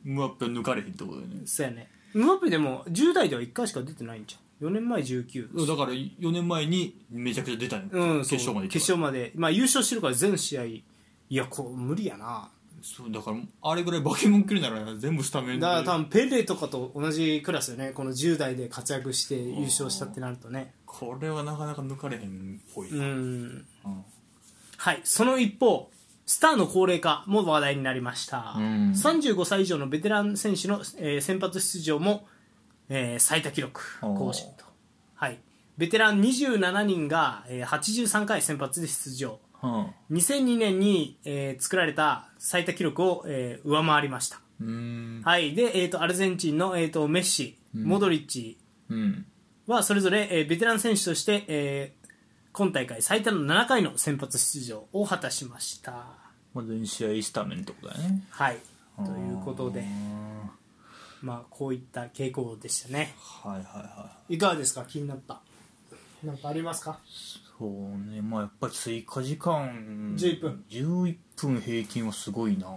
[SPEAKER 2] ムアップは抜かれへんってことだよね
[SPEAKER 1] そうやねムバッペでも10代では1回しか出てないんじゃん4年前19
[SPEAKER 2] だから4年前にめちゃくちゃ出たんよ、
[SPEAKER 1] うん、
[SPEAKER 2] 決勝まで行
[SPEAKER 1] 決
[SPEAKER 2] った
[SPEAKER 1] 勝まで、まあ、優勝してるから全試合いやこう無理やな
[SPEAKER 2] そうだからあれぐらい化け物級になら全部スタメンで
[SPEAKER 1] だから多分ペレとかと同じクラスよねこの10代で活躍して優勝したってなるとね
[SPEAKER 2] これはなかなか抜かれへんっぽい、
[SPEAKER 1] うん
[SPEAKER 2] うん
[SPEAKER 1] はいその一方スターの高齢化も話題になりました、
[SPEAKER 2] うん
[SPEAKER 1] 35歳以上のベテラン選手の、えー先発出場も、えー最多記録
[SPEAKER 2] おー
[SPEAKER 1] 更新と、はい、ベテラン27人が、えー83回先発で出場
[SPEAKER 2] は
[SPEAKER 1] 2002年に、えー作られた最多記録を、えー上回りました、
[SPEAKER 2] うーん
[SPEAKER 1] はいでえー、とアルゼンチンの、えー、とメッシ、モドリッチ
[SPEAKER 2] うん
[SPEAKER 1] はそれぞれ、えーベテラン選手として、えー今大会最多の7回の先発出場を果たしました。
[SPEAKER 2] まあ、全試合スタメンってことだね
[SPEAKER 1] はい、ということで
[SPEAKER 2] うー、ん
[SPEAKER 1] まあ、こういった傾向でしたね。
[SPEAKER 2] はいはいはい
[SPEAKER 1] いかがですか、気になった。なんかありますか
[SPEAKER 2] そうねまあやっぱり追加時間
[SPEAKER 1] 11分
[SPEAKER 2] 11分平均はすごいな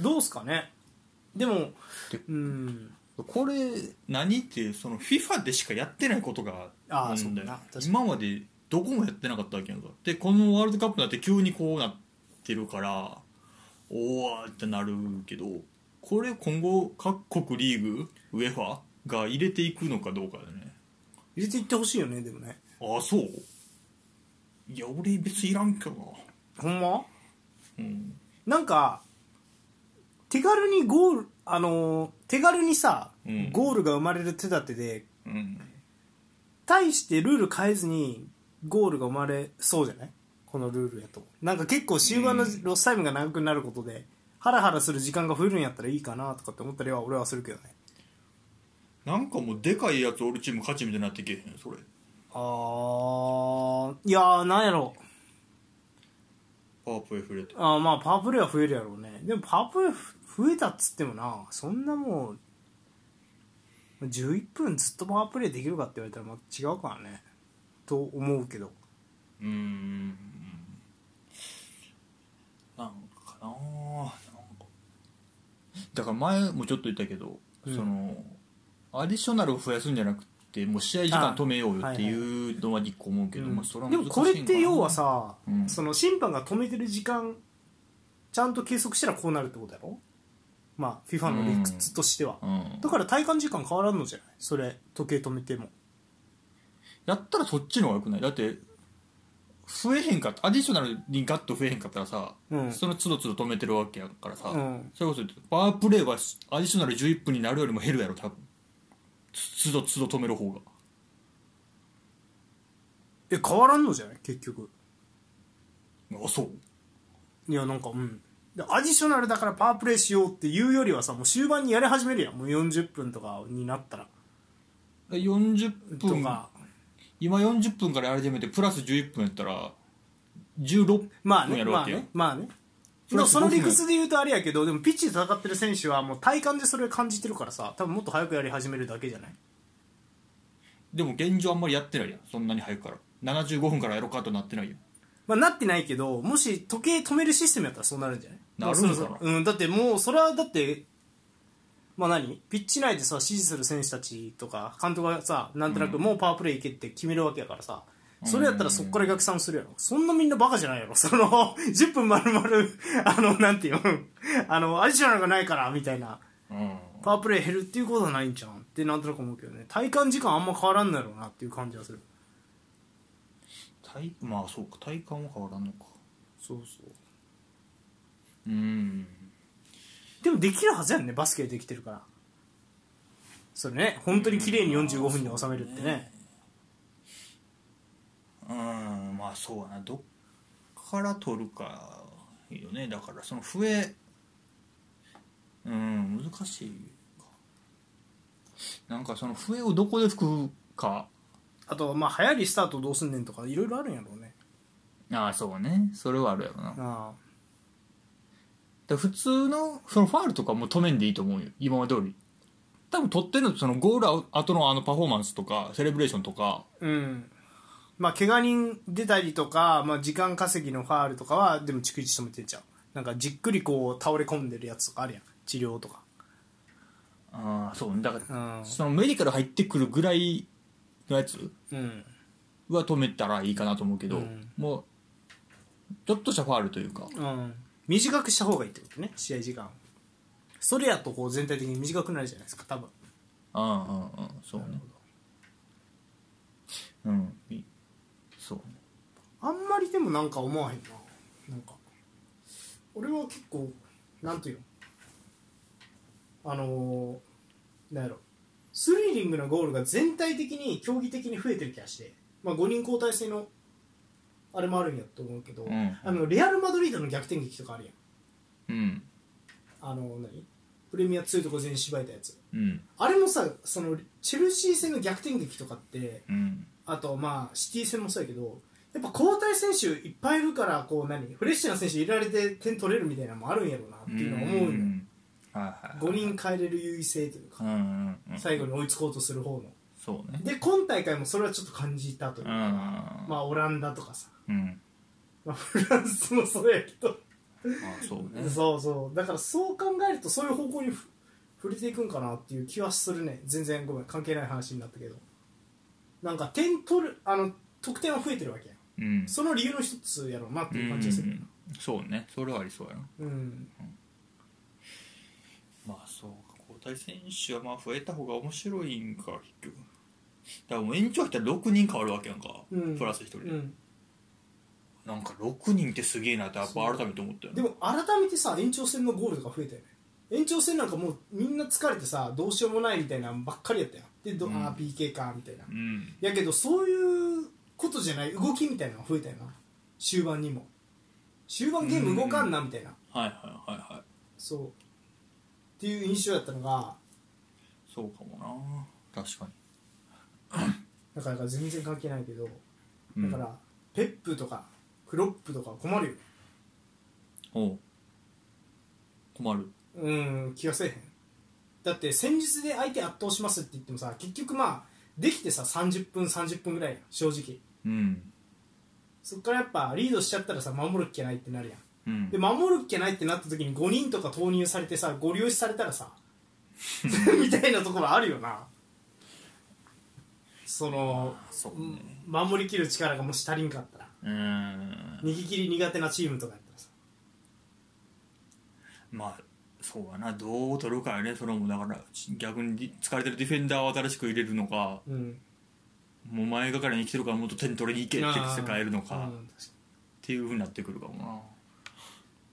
[SPEAKER 1] どうですかねでも
[SPEAKER 2] で、
[SPEAKER 1] うん、
[SPEAKER 2] これ何ってその FIFA でしかやってないことが
[SPEAKER 1] あー
[SPEAKER 2] るんだ
[SPEAKER 1] そうだ
[SPEAKER 2] よ
[SPEAKER 1] な確かに
[SPEAKER 2] 今までどこもやってなかったわけやんかでこのワールドカップになって急にこうなってるからおおってなるけどこれ今後各国リーグ UEFA が入れていくのかどうかだよね
[SPEAKER 1] 入れていってほしいよね、でもね。
[SPEAKER 2] ああそういや俺別にいらんけどな
[SPEAKER 1] ほんま
[SPEAKER 2] うん
[SPEAKER 1] なんか手軽にゴールあのー手軽にさ、
[SPEAKER 2] うん
[SPEAKER 1] ゴールが生まれる手立てで
[SPEAKER 2] うん
[SPEAKER 1] 対してルール変えずにゴールが生まれそうじゃないこのルールやとなんか結構終盤の
[SPEAKER 2] うん
[SPEAKER 1] ロスタイムが長くなることで、ハラハラする時間が増えるんやったらいいかなとかって思ったりは俺はするけどね
[SPEAKER 2] なんかもうでかいやつ俺チーム勝ちみたいになってけえへんそれ
[SPEAKER 1] あーいやーなんやろ
[SPEAKER 2] パワープレイ触れて
[SPEAKER 1] あーまあパワープレイは増えるやろうねでもパワープレイふ増えたっつってもなそんなもう11分ずっとパワープレイできるかって言われたらまた違うからねと思うけど
[SPEAKER 2] うーんなんかなあなんかだから前もちょっと言ったけど、
[SPEAKER 1] うん
[SPEAKER 2] そのアディショナルを増やすんじゃなくてもう試合時間止めようよっていうのは一個思うけどまあ、それは
[SPEAKER 1] で
[SPEAKER 2] 難し
[SPEAKER 1] も
[SPEAKER 2] い
[SPEAKER 1] こ
[SPEAKER 2] んかな
[SPEAKER 1] れって要はさ、
[SPEAKER 2] うん
[SPEAKER 1] その審判が止めてる時間ちゃんと計測したらこうなるってことやろまあ FIFA の理屈としては、
[SPEAKER 2] うん
[SPEAKER 1] だから体感時間変わらんのじゃないそれ時計止めても
[SPEAKER 2] やったらそっちの方がよくないだって増えへんかったアディショナルにガッと増えへんかったらさ、
[SPEAKER 1] うん
[SPEAKER 2] その都度都度止めてるわけやからさ、
[SPEAKER 1] うん
[SPEAKER 2] それこそパワープレーはアディショナル11分になるよりも減るやろ多分つ都度都度止める方が
[SPEAKER 1] え変わらんのじゃない結局
[SPEAKER 2] あそう
[SPEAKER 1] いやなんかうんでアディショナルだからパワープレイしようっていうよりはさもう終盤にやり始めるやんもう40分とかになったら
[SPEAKER 2] 40
[SPEAKER 1] と
[SPEAKER 2] 分
[SPEAKER 1] か、
[SPEAKER 2] 今40分からやり始めてプラス11分やったら16分
[SPEAKER 1] まあね
[SPEAKER 2] やる
[SPEAKER 1] ま
[SPEAKER 2] わ
[SPEAKER 1] あ
[SPEAKER 2] けよ、
[SPEAKER 1] ねまあね
[SPEAKER 2] プラス
[SPEAKER 1] その理屈
[SPEAKER 2] 五
[SPEAKER 1] で言うとあれやけどでもピッチで戦ってる選手はもう体感でそれを感じてるからさ多分もっと早くやり始めるだけじゃない
[SPEAKER 2] でも現状あんまりやってないやんそんなに早くから75分からやろうかとなってないやん
[SPEAKER 1] まあ、なってないけどもし時計止めるシステムやったらそうなるんじゃない
[SPEAKER 2] なるんかな
[SPEAKER 1] まあそろそろうん、だってもうそれはだってまあ何ピッチ内でさ支持する選手たちとか監督がさなんとなくもうパワープレーいけって決めるわけやからさ、それやったらそこから逆算するやろそんなみんなバカじゃないやろその 10分丸々あのなんていうのあのアディショナルがないからみたいな
[SPEAKER 2] うん
[SPEAKER 1] パワープレー減るっていうことはないんじゃんってなんとなく思うけどね体感時間あんま変わらんのやろうなっていう感じはする
[SPEAKER 2] 体まあそうか体感は変わらんのか
[SPEAKER 1] そうそう
[SPEAKER 2] うん
[SPEAKER 1] でもできるはずやんねバスケできてるからそれね本当に綺麗に45分に収めるってね
[SPEAKER 2] うんまあそうやなどっから取るかよねだからその増えうん難しいかなんかその笛をどこで吹くか
[SPEAKER 1] あとまあ流行りした後どうすんねんとかいろいろあるんやろうね
[SPEAKER 2] ああそうねそれはあるやろな
[SPEAKER 1] あ
[SPEAKER 2] で普通のそのファールとかもう止めんでいいと思うよ今まで通り多分取ってんのってそのゴール後のあのパフォーマンスとかセレブレーションとか
[SPEAKER 1] あうんまあ怪我人出たりとか、まあ、時間稼ぎのファールとかはでも逐一止めてんちゃうなんかじっくりこう倒れ込んでるやつとかあるやん治療とか
[SPEAKER 2] ああそうねだから、
[SPEAKER 1] うん
[SPEAKER 2] そのメディカル入ってくるぐらいのやつ
[SPEAKER 1] うん
[SPEAKER 2] は止めたらいいかなと思うけど、
[SPEAKER 1] うん
[SPEAKER 2] もうちょっとしたファールというか
[SPEAKER 1] うん短くした方がいいってことね試合時間それやとこう全体的に短くなるじゃないですか多分
[SPEAKER 2] うんうんうんそうねうんいそうね
[SPEAKER 1] あんまりでもなんか思わへんななんか俺は結構なんていうのあのー、なんやろスリリングなゴールが全体的に競技的に増えてる気がして、まあ、5人交代制のあれもあるんやと思うけど、
[SPEAKER 2] うん
[SPEAKER 1] あのレアル・マドリードの逆転劇とかあるやん
[SPEAKER 2] うん
[SPEAKER 1] あの何プレミア2と5全しばいたやつ
[SPEAKER 2] うん
[SPEAKER 1] あれもさそのチェルシー戦の逆転劇とかって
[SPEAKER 2] うん
[SPEAKER 1] あとまあシティ戦もそうやけどやっぱ交代選手いっぱいいるからこう何フレッシュな選手入れられて点取れるみたいなのもあるんやろうなっていうのは思うよ
[SPEAKER 2] んはいはい
[SPEAKER 1] 5人変えれる優位性という
[SPEAKER 2] う
[SPEAKER 1] か
[SPEAKER 2] んうんうん
[SPEAKER 1] 最後に追いつこうとする方の
[SPEAKER 2] そうね
[SPEAKER 1] で今大会もそれはちょっと感じたという
[SPEAKER 2] うん
[SPEAKER 1] かまあオランダとかさ、
[SPEAKER 2] うん
[SPEAKER 1] まあ、フランスもそうやけど
[SPEAKER 2] ああそうね
[SPEAKER 1] そうそうだからそう考えるとそういう方向にふ触れていくんかなっていう気はするね全然ごめん関係ない話になったけどなんか点取るあの得点は増えてるわけやん
[SPEAKER 2] うん
[SPEAKER 1] その理由の一つやろうなっていう感じがするよな
[SPEAKER 2] そうねそれはありそうやな
[SPEAKER 1] うん
[SPEAKER 2] まあそうか交代選手はまあ増えた方が面白いんか結局だからもう延長したら6人変わるわけやんか、
[SPEAKER 1] うん
[SPEAKER 2] プラス1人で、
[SPEAKER 1] うん
[SPEAKER 2] なんか6人ってすげえなってやっぱ改めて思ったよ
[SPEAKER 1] で
[SPEAKER 2] ね
[SPEAKER 1] も改めてさ延長戦のゴールとか増えたよね延長戦なんかもうみんな疲れてさどうしようもないみたいなのばっかりやったやんでど、
[SPEAKER 2] うん
[SPEAKER 1] ああ PK かみたいな
[SPEAKER 2] うん
[SPEAKER 1] やけどそういうことじゃない動きみたいなのが増えたよな終盤にも終盤ゲーム動かんなみたいな、
[SPEAKER 2] はいはいはいはい
[SPEAKER 1] そうっていう印象やったのが
[SPEAKER 2] そうかもな確か
[SPEAKER 1] だから全然関係ないけど
[SPEAKER 2] に、うん、
[SPEAKER 1] だからペップとかクロップとか困るよ
[SPEAKER 2] おう困る
[SPEAKER 1] うん気がせえへんだって戦術で相手圧倒しますって言ってもさ結局まあできてさ30分30分ぐらいやん正直
[SPEAKER 2] うん
[SPEAKER 1] そっからやっぱリードしちゃったらさ守るっきゃないってなるやん
[SPEAKER 2] ううん
[SPEAKER 1] で守るっけないってなった時に5人とか投入されてさご利用しされたら さみたいなところあるよなその
[SPEAKER 2] そうね
[SPEAKER 1] 守りきる力がもし足りんかったら
[SPEAKER 2] うん
[SPEAKER 1] 右切り苦手なチームとかやったらさ
[SPEAKER 2] まあそうやなどう取るかやねそれもだから逆にディ疲れてるディフェンダーを新しく入れるのか
[SPEAKER 1] うん
[SPEAKER 2] もう前がかりに来てるからもっと点取りに行けって世界えるのか
[SPEAKER 1] う
[SPEAKER 2] っ
[SPEAKER 1] ん確か
[SPEAKER 2] ていうふうになってくるかも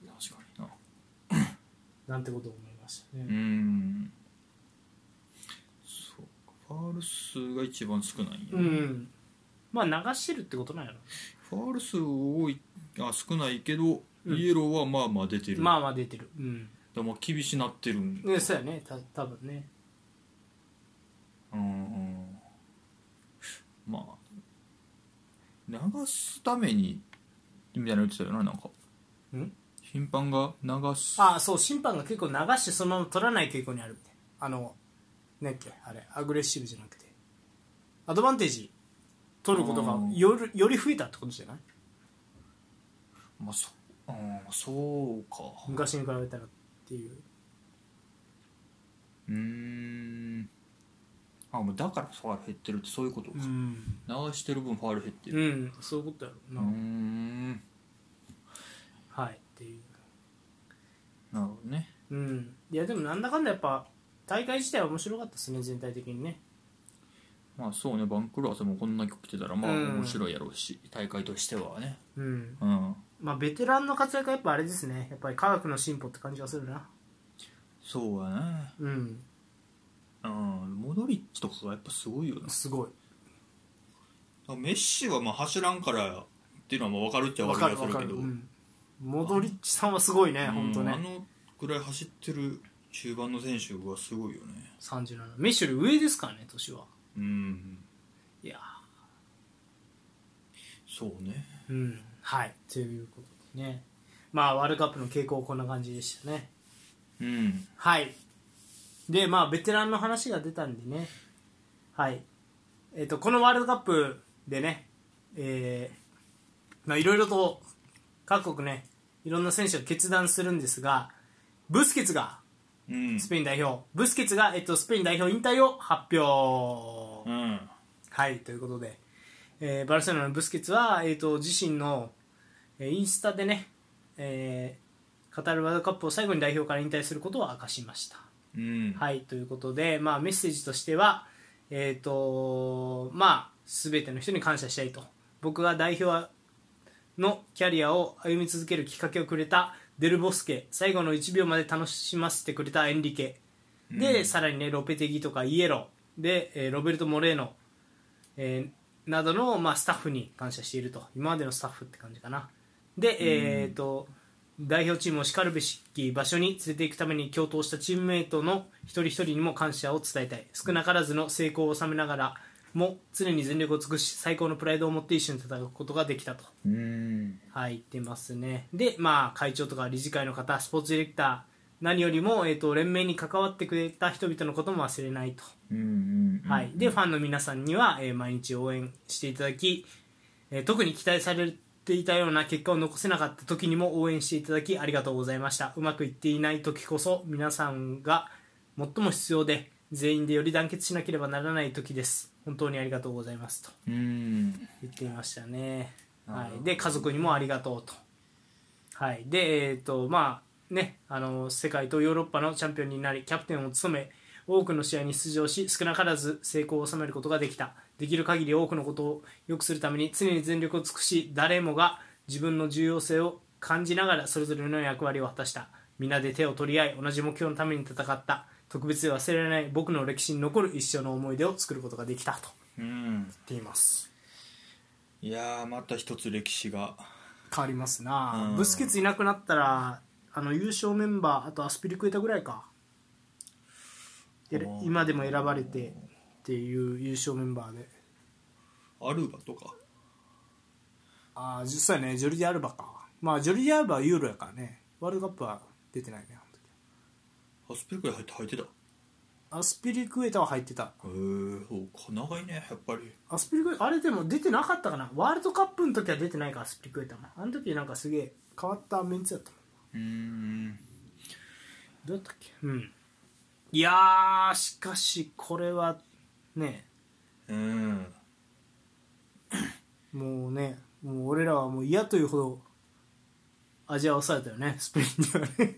[SPEAKER 2] な確かにな
[SPEAKER 1] になんてことを思いました
[SPEAKER 2] う
[SPEAKER 1] ね
[SPEAKER 2] んそうかファール数が一番少ないんや
[SPEAKER 1] うん、まあ流してるってことなんやろ
[SPEAKER 2] ファール数多いあ少ないけ
[SPEAKER 1] う
[SPEAKER 2] ど、
[SPEAKER 1] ん
[SPEAKER 2] イエローはまあまあ出てる、
[SPEAKER 1] まあまあ出てるうん
[SPEAKER 2] でも厳しなってるん
[SPEAKER 1] ねそうやねた多分ね
[SPEAKER 2] うんうんまあ流すためにみたいなの言ってたよななんか
[SPEAKER 1] ん
[SPEAKER 2] 審判が流す
[SPEAKER 1] ああそう審判が結構流してそのまま取らない傾向にあるみたいなあのなんだっけあれアグレッシブじゃなくてアドバンテージ取ることが
[SPEAKER 2] うん
[SPEAKER 1] よりより増えたってことじゃない
[SPEAKER 2] まあそうんそうか
[SPEAKER 1] 昔に比べたらっていう
[SPEAKER 2] うーんあもうだからファール減ってるってそういうことか、
[SPEAKER 1] ん、
[SPEAKER 2] 流してる分ファール減って
[SPEAKER 1] う
[SPEAKER 2] る
[SPEAKER 1] ん、そういうことやろう
[SPEAKER 2] うー
[SPEAKER 1] な、
[SPEAKER 2] ん
[SPEAKER 1] はいっていう
[SPEAKER 2] なるほどね
[SPEAKER 1] うんいやでもなんだかんだやっぱ大会自体は面白かったですね全体的にね
[SPEAKER 2] まあそうねバンクルーアーもこんな曲来てたらまあ
[SPEAKER 1] うん
[SPEAKER 2] 面白いやろうし、大会としてはね
[SPEAKER 1] うん
[SPEAKER 2] うん
[SPEAKER 1] まあベテランの活躍はやっぱあれですねやっぱり科学の進歩って感じがするな
[SPEAKER 2] そうやね
[SPEAKER 1] うん
[SPEAKER 2] うんモドリッチとかがやっぱすごいよな
[SPEAKER 1] すごい
[SPEAKER 2] メッシはまあ走らんからっていうのはまあ分かるっちゃ
[SPEAKER 1] わ
[SPEAKER 2] 分
[SPEAKER 1] か
[SPEAKER 2] かる
[SPEAKER 1] る
[SPEAKER 2] 気が
[SPEAKER 1] わ
[SPEAKER 2] す
[SPEAKER 1] か
[SPEAKER 2] るけ
[SPEAKER 1] る、
[SPEAKER 2] ど、
[SPEAKER 1] うん、モドリッチさんはすごいね
[SPEAKER 2] う
[SPEAKER 1] 本
[SPEAKER 2] ん
[SPEAKER 1] 当ね
[SPEAKER 2] あのくらい走ってる中盤の選手はすごいよね
[SPEAKER 1] 37メッシュより上ですからね年は
[SPEAKER 2] うん
[SPEAKER 1] いや
[SPEAKER 2] そうね
[SPEAKER 1] ーうんはいということでねまあワールドカップの傾向こんな感じでしたね
[SPEAKER 2] うん
[SPEAKER 1] はいでまあベテランの話が出たんでねはいえっ、とこのワールドカップでねえーまあいろいろと各国ねいろんな選手が決断するんですがブスケツが
[SPEAKER 2] うん
[SPEAKER 1] スペイン代表ブスケツが、えっと、スペイン代表引退を発表
[SPEAKER 2] うん
[SPEAKER 1] はい、ということで、えーバルセロナのブスケツは、えー、と自身の、えーインスタでね、えーカタールワールドカップを最後に代表から引退することを明かしました。
[SPEAKER 2] うん
[SPEAKER 1] はい、ということで、まあ、メッセージとしては、えーとまあ、全ての人に感謝したいと僕が代表のキャリアを歩み続けるきっかけをくれたデルボスケ最後の1秒まで楽しませてくれたエンリケで、
[SPEAKER 2] うん
[SPEAKER 1] さらに、ね、ロペテギとかイエロで、えーロベルト・モレーノ、えーなどの、まあ、スタッフに感謝していると今までのスタッフって感じかなで、えーと代表チームをしかるべしき場所に連れて行くために共闘したチームメートの一人一人にも感謝を伝えたい少なからずの成功を収めながらも常に全力を尽くし最高のプライドを持って一緒に戦うことができたと
[SPEAKER 2] うん
[SPEAKER 1] はい、言ってますね。で、まあ、会長とか理事会の方、スポーツディレクター、何よりも、えっ、と、連盟に関わってくれた人々のことも忘れないと。
[SPEAKER 2] うんうんうん
[SPEAKER 1] はい。で、ファンの皆さんには、えー毎日応援していただき、えー特に期待されていたような結果を残せなかった時にも応援していただき、ありがとうございました。うまくいっていない時こそ、皆さんが最も必要で、全員でより団結しなければならない時です。本当にありがとうございます。と
[SPEAKER 2] うん
[SPEAKER 1] 言っていましたね、
[SPEAKER 2] な
[SPEAKER 1] は
[SPEAKER 2] るほ
[SPEAKER 1] い、
[SPEAKER 2] ど
[SPEAKER 1] で家族にもありがとうと、はい、でえっ、とまあねあの世界とヨーロッパのチャンピオンになりキャプテンを務め多くの試合に出場し少なからず成功を収めることができたできる限り多くのことを良くするために常に全力を尽くし誰もが自分の重要性を感じながらそれぞれの役割を果たしたみんなで手を取り合い同じ目標のために戦った特別で忘れられない僕の歴史に残る一生の思い出を作ることができたと
[SPEAKER 2] う
[SPEAKER 1] 言
[SPEAKER 2] ん
[SPEAKER 1] っています
[SPEAKER 2] いやーまた一つ歴史が
[SPEAKER 1] 変わりますな、
[SPEAKER 2] うん
[SPEAKER 1] ブスケツいなくなったらあの優勝メンバーあとアスピリクエタぐらいかで
[SPEAKER 2] おー
[SPEAKER 1] 今でも選ばれてっていう優勝メンバーで
[SPEAKER 2] アルバとか
[SPEAKER 1] ああ実際ねジョルディ・アルバかまあジョルディ・アルバはユーロやからねワールドカップは出てないねあの時
[SPEAKER 2] ハスペルクライ入って入ってた
[SPEAKER 1] アスピリクエタは入ってた
[SPEAKER 2] へえそうか長いねやっぱり
[SPEAKER 1] アスピリクエあれでも出てなかったかなワールドカップの時は出てないからアスピリクエタもあの時なんかすげえ変わったメンツだったもん
[SPEAKER 2] うーん
[SPEAKER 1] どうだったっけうんいやーしかしこれはね
[SPEAKER 2] うん
[SPEAKER 1] もうねもう俺らはもう嫌というほど味わわされたよねスペインにはね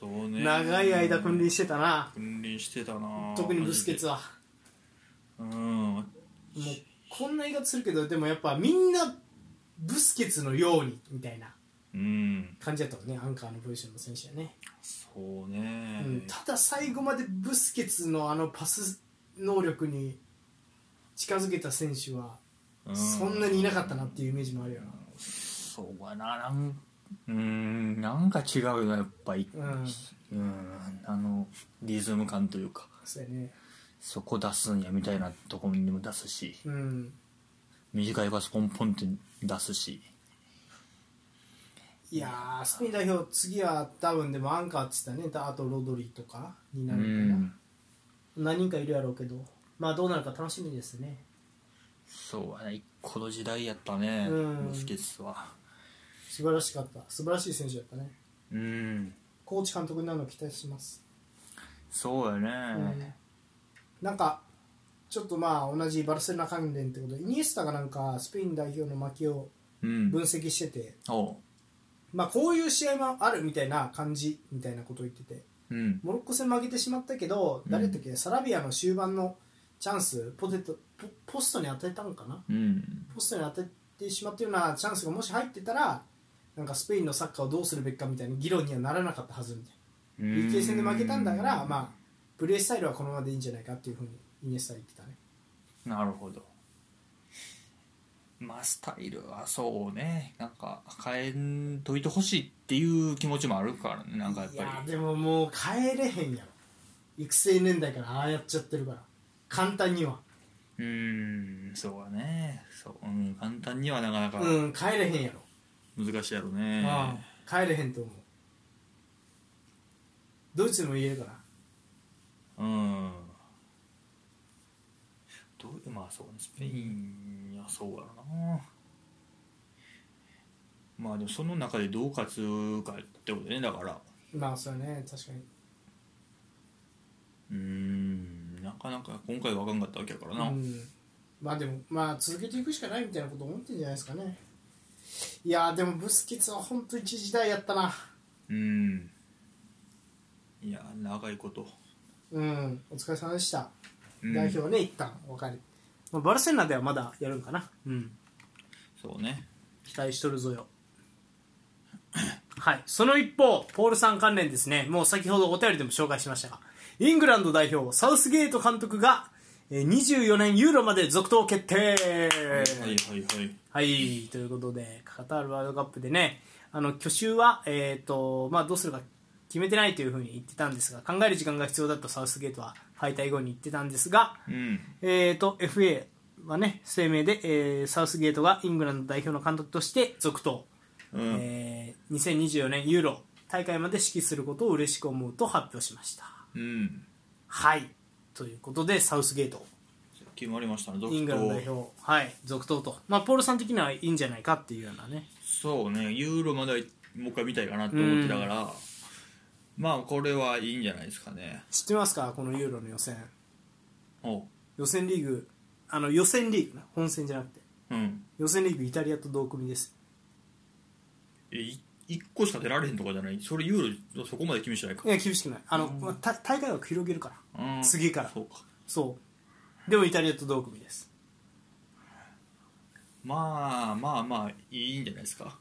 [SPEAKER 2] そうね
[SPEAKER 1] 長い間君臨してたな
[SPEAKER 2] 君臨してたな
[SPEAKER 1] 特にブスケツ
[SPEAKER 2] は
[SPEAKER 1] は
[SPEAKER 2] うん
[SPEAKER 1] もうこんな言い方するけどでもやっぱみんなブスケツのようにみたいな
[SPEAKER 2] うん
[SPEAKER 1] 感じだったもんねアンカーのポジションの選手はね、
[SPEAKER 2] そうね、
[SPEAKER 1] うん、ただ最後までブスケツのあのパス能力に近づけた選手は
[SPEAKER 2] うん
[SPEAKER 1] そんなにいなかったなっていうイメージもあるよ
[SPEAKER 2] そうかななんうんなんか違うよなやっぱり
[SPEAKER 1] なうん
[SPEAKER 2] うんあのリズム感というか
[SPEAKER 1] そうやね
[SPEAKER 2] そこ出すんやみたいなとこにも出すし
[SPEAKER 1] うん
[SPEAKER 2] 短いパスポンポンって出すし
[SPEAKER 1] いやースペイン代表次は多分でもアンカーって言ってたねあとロドリとかになるのかな、何人かいるやろうけどまあどうなるか楽しみですね
[SPEAKER 2] そうやねこの時代やったね
[SPEAKER 1] うん
[SPEAKER 2] ブスケツは
[SPEAKER 1] 素晴らしかった素晴らしい選手だったね
[SPEAKER 2] うん
[SPEAKER 1] コーチ監督になるの期待します、
[SPEAKER 2] そうや
[SPEAKER 1] うん
[SPEAKER 2] ね、
[SPEAKER 1] なんかちょっとまあ同じバルセロナ関連ってことでイニエスタがなんかスペイン代表の負けを
[SPEAKER 2] うん、
[SPEAKER 1] 分析してて、
[SPEAKER 2] おう
[SPEAKER 1] まあこういう試合もあるみたいな感じみたいなことを言ってて
[SPEAKER 2] うん
[SPEAKER 1] モロッコ戦負けてしまったけど
[SPEAKER 2] うん
[SPEAKER 1] 誰だったっけ、サラビアの終盤のチャンスポテトポポストに当てたのかな
[SPEAKER 2] うん
[SPEAKER 1] ポストに当ててしまったようなチャンスがもし入ってたらなんかスペインのサッカーをどうするべきかみたいな議論にはならなかったはずみたいな PK 戦で負けたんだから、まあ、プレースタイルはこのままでいいんじゃないかっていうふうにイニエスタは言ってたね
[SPEAKER 2] あなるほどまあスタイルはそうねなんか変えんといてほしいっていう気持ちもあるからねなんかやっ
[SPEAKER 1] いや
[SPEAKER 2] ぱ
[SPEAKER 1] ー
[SPEAKER 2] り
[SPEAKER 1] でももう変えれへんやろ育成年代からああやっちゃってるから簡単には
[SPEAKER 2] うーんそうだねそう、うん、簡単にはなかなか
[SPEAKER 1] うん変えれへんやろ、
[SPEAKER 2] 難しいやろね、
[SPEAKER 1] うん変えれへんと思うドイツにも言えるから
[SPEAKER 2] うんどうまあそうねスペインはそうやろなまあでもその中でどう勝つかってことねだから
[SPEAKER 1] まあそうね確かに
[SPEAKER 2] うーんなかなか今回分かんかったわけやからな、
[SPEAKER 1] うん、まあでもまあ続けていくしかないみたいなこと思ってんじゃないですかねいやーでもブスケツは本当一時代やったな
[SPEAKER 2] うんいや長いこと
[SPEAKER 1] うんお疲れ様でした、
[SPEAKER 2] うん
[SPEAKER 1] 代表ね一旦お別れ、まあ、バルセロナではまだやるんかなうん
[SPEAKER 2] そうね
[SPEAKER 1] 期待しとるぞよ はいその一方ポールさん関連ですねもう先ほどお便りでも紹介しましたがイングランド代表サウスゲート監督がえー24年ユーロまで続投決定、
[SPEAKER 2] はいはいはい
[SPEAKER 1] はい、ということで、カタールワールドカップでね、あの去就は、えーとまあ、どうするか決めてないというふうに言ってたんですが、考える時間が必要だとサウスゲートは敗退後に言ってたんですが、
[SPEAKER 2] うん
[SPEAKER 1] えー、と FA は、ね、声明で、えーサウスゲートがイングランド代表の監督として続投、
[SPEAKER 2] うん、
[SPEAKER 1] えー2024年ユーロ大会まで指揮することを嬉しく思うと発表しました。
[SPEAKER 2] うん
[SPEAKER 1] はいということで、サウスゲート、
[SPEAKER 2] 決まりましたね続投
[SPEAKER 1] イングランド代表、はい、続投と、まあ、ポールさん的にはいいんじゃないかっていうようなね。
[SPEAKER 2] そうねユーロまではもう一回見たいかなと思ってたから、まあこれはいいんじゃないですかね
[SPEAKER 1] 知ってますかこのユーロの予選
[SPEAKER 2] おう
[SPEAKER 1] 予選リーグあの予選リーグな本戦じゃなくて
[SPEAKER 2] うん
[SPEAKER 1] 予選リーグイタリアと同組です
[SPEAKER 2] えい一個しか出られへんとかじゃないそれユーロそこまで厳しないか
[SPEAKER 1] いや厳しくないあの、まあ、た大会は広げるから
[SPEAKER 2] うん
[SPEAKER 1] 次から
[SPEAKER 2] そうか
[SPEAKER 1] そうでもイタリアと同組 です
[SPEAKER 2] まあまあまあいいんじゃないですか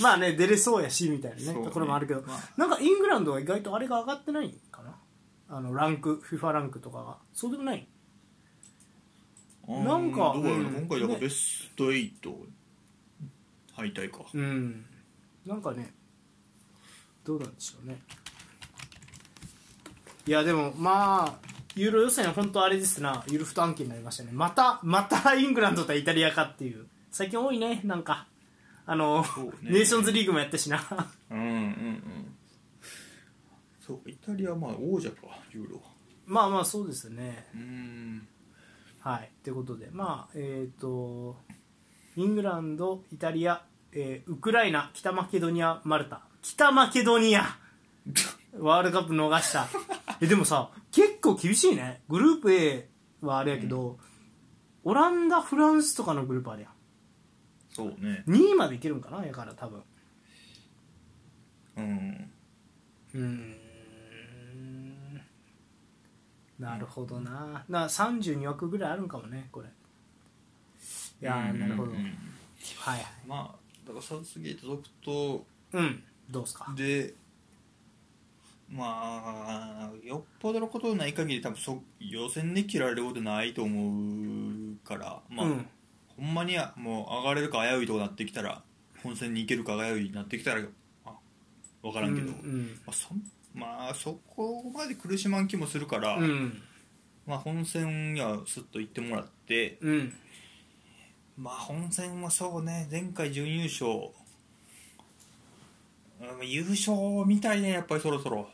[SPEAKER 1] まあね出れそうやしみたいな
[SPEAKER 2] そう
[SPEAKER 1] ね
[SPEAKER 2] ね
[SPEAKER 1] ところもあるけど、
[SPEAKER 2] まあ
[SPEAKER 1] なんかイングランドは意外とあれが上がってないかなあのランク FIFA ランクとかがそうでもない
[SPEAKER 2] うん
[SPEAKER 1] なんか
[SPEAKER 2] どうやろ
[SPEAKER 1] う
[SPEAKER 2] う
[SPEAKER 1] ん
[SPEAKER 2] 今回だから
[SPEAKER 1] ね
[SPEAKER 2] ベスト8敗退か、
[SPEAKER 1] うんなんかねどうなんでしょうねいやでもまあユーロ予選本当あれですなユルフト案件になりましたねまたまたイングランドとイタリアかっていう最近多いねなんかあの、
[SPEAKER 2] う
[SPEAKER 1] ネ
[SPEAKER 2] ね
[SPEAKER 1] ーションズリーグもやったしな
[SPEAKER 2] うんうんうんそうイタリアはまあ王者かユーロは
[SPEAKER 1] まあまあそうですね
[SPEAKER 2] うん
[SPEAKER 1] はいということでまあえっ、とイングランドイタリア、えーウクライナ北マケドニアマルタ北マケド ニアワールドカップ逃したえでもさ結構厳しいねグループ A はあれやけど、オランダフランスとかのグループあれやん
[SPEAKER 2] そうね
[SPEAKER 1] 2位までいけるんかなやから多分
[SPEAKER 2] うん
[SPEAKER 1] うーんなるほどなな32枠ぐらいあるんかもねこれいやーなるほど、
[SPEAKER 2] うんうんうん
[SPEAKER 1] はいはい
[SPEAKER 2] まあだからサウスゲート続投
[SPEAKER 1] うんどうっすか
[SPEAKER 2] でまあよっぽどのことない限り多分そ予選で切られることないと思うからまあ、
[SPEAKER 1] うん
[SPEAKER 2] ほんまにやもう上がれるか危ういとこなってきたら本戦に行けるか危ういになってきたらあ分からんけど、
[SPEAKER 1] うんうん
[SPEAKER 2] まあ、そんまあそこまで苦しまん気もするから、
[SPEAKER 1] うん
[SPEAKER 2] まあ、本戦にはスッと行ってもらって
[SPEAKER 1] うん
[SPEAKER 2] まあ本戦はそうね前回準優勝、うん、優勝みたいねやっぱりそろそろ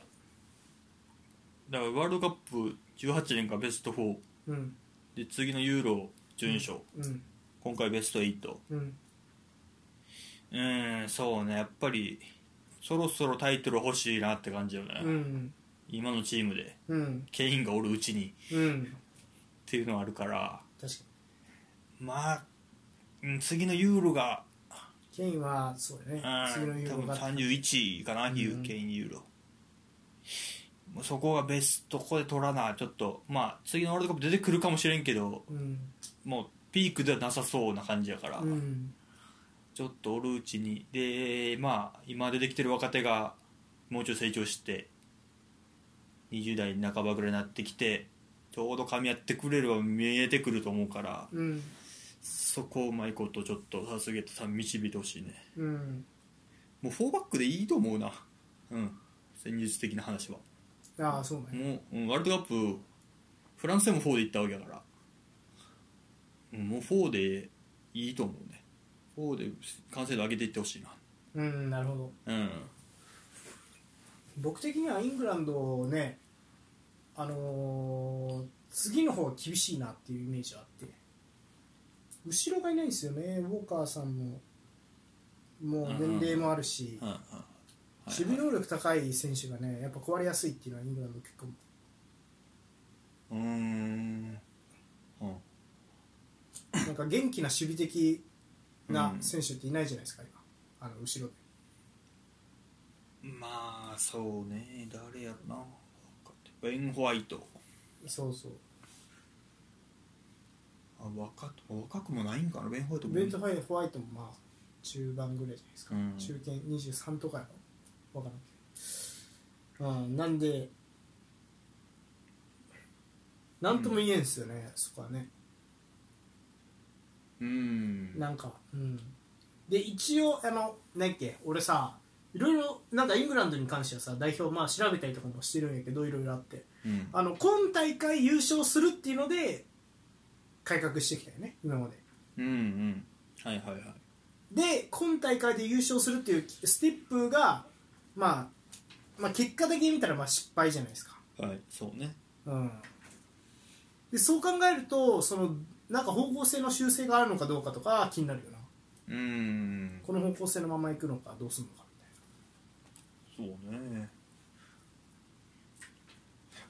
[SPEAKER 2] だからワールドカップ18年がベスト4
[SPEAKER 1] うん
[SPEAKER 2] で次のユーロ準優勝、
[SPEAKER 1] うん
[SPEAKER 2] 今回ベスト8
[SPEAKER 1] うん
[SPEAKER 2] うんそうねやっぱりそろそろタイトル欲しいなって感じよね、
[SPEAKER 1] うん
[SPEAKER 2] 今のチームで
[SPEAKER 1] うん
[SPEAKER 2] ケインがおるうちにっ
[SPEAKER 1] うん
[SPEAKER 2] ていうのはあるから
[SPEAKER 1] 確か
[SPEAKER 2] まあうん次のユーロが
[SPEAKER 1] にケインはそうだね次のユーロ
[SPEAKER 2] 多
[SPEAKER 1] が
[SPEAKER 2] 分31位かな、
[SPEAKER 1] うん
[SPEAKER 2] ユーケインユーロもうそこがベストここで取らなちょっとまあ次のワールドカップ出てくるかもしれんけど
[SPEAKER 1] うん
[SPEAKER 2] もうピークではなさそうな感じやから、
[SPEAKER 1] うん
[SPEAKER 2] ちょっとおるうちにでまあ今出てきてる若手がもうちょい成長して20代半ばぐらいになってきてちょうど噛み合ってくれれば見えてくると思うから
[SPEAKER 1] うん
[SPEAKER 2] そこをうまいことちょっとサスゲートさん導いてほしいね
[SPEAKER 1] うん
[SPEAKER 2] もう4バックでいいと思うなうん戦術的な話は
[SPEAKER 1] ああそうだね
[SPEAKER 2] もう、うんワールドカップフランスでも4でいったわけだからうんもう4でいいと思うね4で完成度上げていってほしいな
[SPEAKER 1] うんなるほど
[SPEAKER 2] うん
[SPEAKER 1] 僕的にはイングランドをね、あのー次の方が厳しいなっていうイメージがあって後ろがいないんですよねウォーカーさんももう年齢もあるし、
[SPEAKER 2] うんうん
[SPEAKER 1] 守備能力高い選手がねやっぱ壊れやすいっていうのはイングランド結構
[SPEAKER 2] うーんうん
[SPEAKER 1] なんか元気な守備的な選手っていないじゃないですか今あの後ろで
[SPEAKER 2] まあそうね誰やろなベン・ホワイト
[SPEAKER 1] そうそう
[SPEAKER 2] あ若と若くもないんかなベン・ホワイトも
[SPEAKER 1] ベント・ハイホワイトもまあ中盤ぐらいじゃないですか、
[SPEAKER 2] うん
[SPEAKER 1] 中堅23とかやろ分からんけど、うん、なんでなんとも言えんすよね、そこはね
[SPEAKER 2] うん
[SPEAKER 1] なんかうんで一応あの何っけ俺さいろいろなんかイングランドに関してはさ代表まあ調べたりとかもしてるんやけどいろいろあって
[SPEAKER 2] うん
[SPEAKER 1] あの今大会優勝するっていうので改革してきたよね今まで
[SPEAKER 2] うんうんはいはいはい
[SPEAKER 1] で今大会で優勝するっていうステップが、まあ、まあ結果的に見たらまあ失敗じゃないですか、
[SPEAKER 2] はい、そうね。
[SPEAKER 1] うん、でそう考えるとそのなんか方向性の修正があるのかどうかとか気になるよな
[SPEAKER 2] うーん。
[SPEAKER 1] この方向性のままいくのかどうするのかみたいな
[SPEAKER 2] そうね。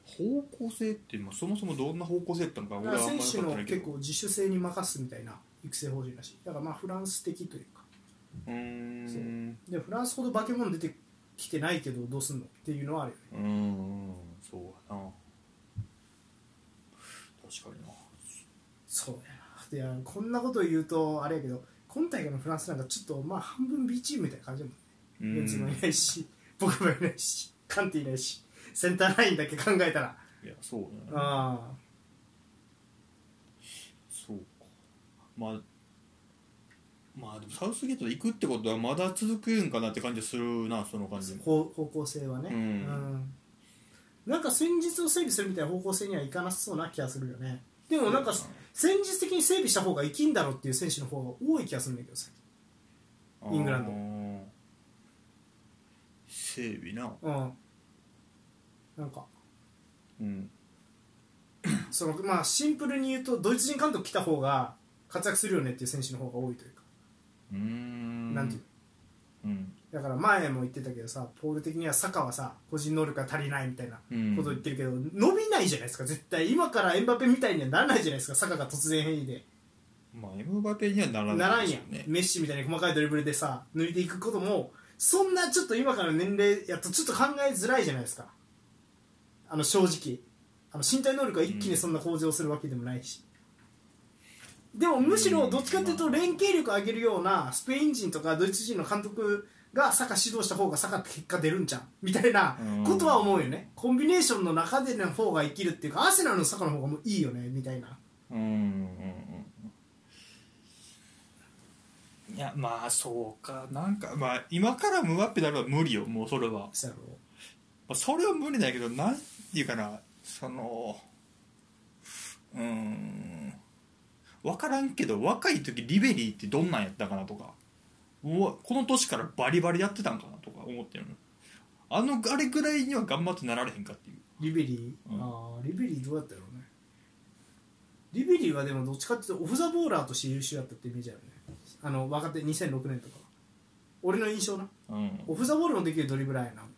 [SPEAKER 2] 方向性って、まあ、そもそもどんな方向性だったのか、
[SPEAKER 1] だから
[SPEAKER 2] あ
[SPEAKER 1] 選
[SPEAKER 2] んま
[SPEAKER 1] 手
[SPEAKER 2] 分
[SPEAKER 1] の
[SPEAKER 2] かってないけ
[SPEAKER 1] 結
[SPEAKER 2] ど。
[SPEAKER 1] 構自主性に任すみたいな育成法人らしいだからまあフランス的というか
[SPEAKER 2] うーん。
[SPEAKER 1] でフランスほど化け物出てきてないけどどうすんのっていうのはあるよね
[SPEAKER 2] うーん、そうやな。確かにな。
[SPEAKER 1] そうやないやこんなこと言うとあれやけど今大会のフランスなんかちょっとまあ半分 B チームみたいな感じだもん
[SPEAKER 2] う
[SPEAKER 1] ベンツもい
[SPEAKER 2] ん。
[SPEAKER 1] ないし、僕もいないし、カンティいないし、センターラインだけ考えたら、
[SPEAKER 2] いや、そうね。
[SPEAKER 1] あ
[SPEAKER 2] そうか。まあ、まあ、でもサウスゲートで行くってことは、まだ続くんかなって感じがするな、その感じも。
[SPEAKER 1] 方方向性はね、
[SPEAKER 2] うん
[SPEAKER 1] うんなんか戦術を整備するみたいな方向性にはいかなさそうな気がするよね、でもなんか
[SPEAKER 2] そうだな
[SPEAKER 1] 戦術的に整備した方がいきんだろうっていう選手の方が多い気がするんだけどさ、イングランド
[SPEAKER 2] ド。整備な。
[SPEAKER 1] うん、なんか
[SPEAKER 2] うん
[SPEAKER 1] そのまあシンプルに言うとドイツ人監督来た方が活躍するよねっていう選手の方が多いというか、
[SPEAKER 2] うーん
[SPEAKER 1] なんていう
[SPEAKER 2] うん
[SPEAKER 1] だから前も言ってたけどさポール的にはサカはさ個人能力が足りないみたいなことを言ってるけど、伸びないじゃないですか絶対今からエンバペみたいにはならないじゃないですかサカが突然変異で
[SPEAKER 2] まあエムバペにはなら
[SPEAKER 1] な
[SPEAKER 2] な
[SPEAKER 1] ら
[SPEAKER 2] い
[SPEAKER 1] ん
[SPEAKER 2] です
[SPEAKER 1] や
[SPEAKER 2] よ
[SPEAKER 1] ん、
[SPEAKER 2] ね
[SPEAKER 1] メッシみたいに細かいドリブルでさ抜いていくこともそんなちょっと今からの年齢やとちょっと考えづらいじゃないですかあの正直あの身体能力が一気にそんな向上するわけでもないし、でもむしろどっちかっていうと
[SPEAKER 2] うん
[SPEAKER 1] 連携力上げるようなスペイン人とかドイツ人の監督がサッカー指導した方がサッカーって結果出るんじゃんみたいなことは思うよね、コンビネーションの中での方が生きるっていうかアーセナルのサッカーの方がもういいよねみたいな
[SPEAKER 2] うんうんうんいやまあそうかなんかまあ今からムバペなら無理よもうそれは、ま
[SPEAKER 1] そやろ
[SPEAKER 2] あ、それは無理だけどなんていうかなそのうーん分からんけど若い時リベリーってどんなんやったかなとかうわこの年からバリバリやってたんかなとか思ってるのあのあれぐらいには頑張ってなられへんかっていう
[SPEAKER 1] リベリー、
[SPEAKER 2] うん
[SPEAKER 1] ああリベリーどうやったろうねリベリーはでもどっちかっていうとオフ・ザ・ボーラーとして優秀だったってイメージあるねあの若手2006年とか俺の印象な
[SPEAKER 2] うん
[SPEAKER 1] オフ・ザ・ボールもできるドリブラーやなみ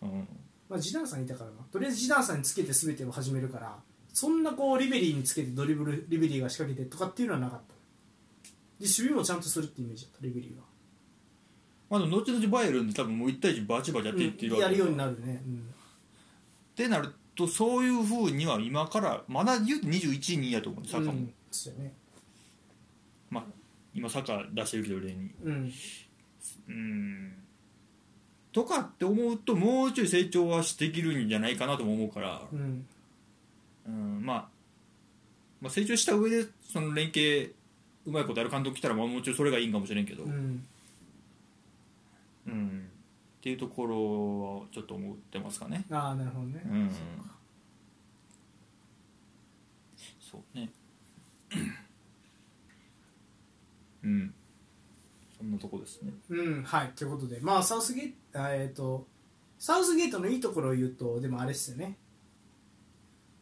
[SPEAKER 1] たいな、
[SPEAKER 2] うん
[SPEAKER 1] まあ、ジダンさんいたからなとりあえずジダンさんにつけて全てを始めるからそんなこうリベリーにつけてドリブルリベリーが仕掛けてとかっていうのはなかったで守備もちゃんとするってイメージだったリベリーは
[SPEAKER 2] まあでも後々バイエルンで多分もう1対1バチバチやっていってる
[SPEAKER 1] うんやるように
[SPEAKER 2] っ
[SPEAKER 1] なるね、うん、
[SPEAKER 2] てなるとそういうふうには今からまだ言うと21人やと思うんですサッカー
[SPEAKER 1] う
[SPEAKER 2] も、
[SPEAKER 1] んそうよね
[SPEAKER 2] まあ、今サッカー出してるけど例に
[SPEAKER 1] うん
[SPEAKER 2] うんとかって思うともうちょい成長はしてきるんじゃないかなとも思うから、
[SPEAKER 1] うん
[SPEAKER 2] うんまあ、まあ成長した上でその連携うまいことやる監督来たらまあもうちょいそれがいいんかもしれんけど、
[SPEAKER 1] うん
[SPEAKER 2] うんっていうところはちょっと思ってますかね
[SPEAKER 1] ああなるほどね、
[SPEAKER 2] うんそうねうんそんなとこですね
[SPEAKER 1] うん、はい、ということで、まあ、サウスゲート、あえっ、と、サウスゲートのいいところを言うと、でもあれっすよね。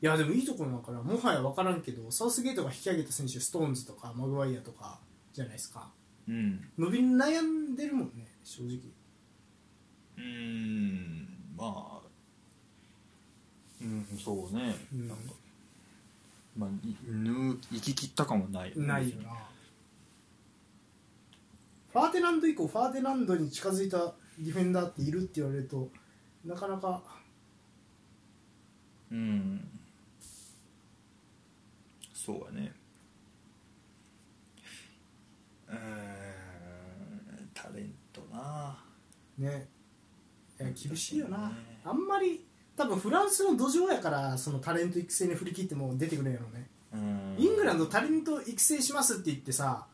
[SPEAKER 1] いや、でもいいところだから、もはや分からんけど、サウスゲートが引き上げた選手、ストーンズとか、マグワイアとかじゃないですか。
[SPEAKER 2] うん
[SPEAKER 1] 伸びに悩んでるもんね、正直。
[SPEAKER 2] うんまあうんそうね、
[SPEAKER 1] うん
[SPEAKER 2] なんかまあいぬ行き切った感はない
[SPEAKER 1] ないよな。ファーデナンド以降、ファーデナンドに近づいたディフェンダーっているって言われると、なかなか、
[SPEAKER 2] うんそうやねうーんタレントな
[SPEAKER 1] ね、いや厳しいよな
[SPEAKER 2] ね。
[SPEAKER 1] あんまり多分フランスの土壌やからそのタレント育成に振り切ってもう出てくれんやろね、
[SPEAKER 2] うん
[SPEAKER 1] イングランドタレント育成しますって言ってさ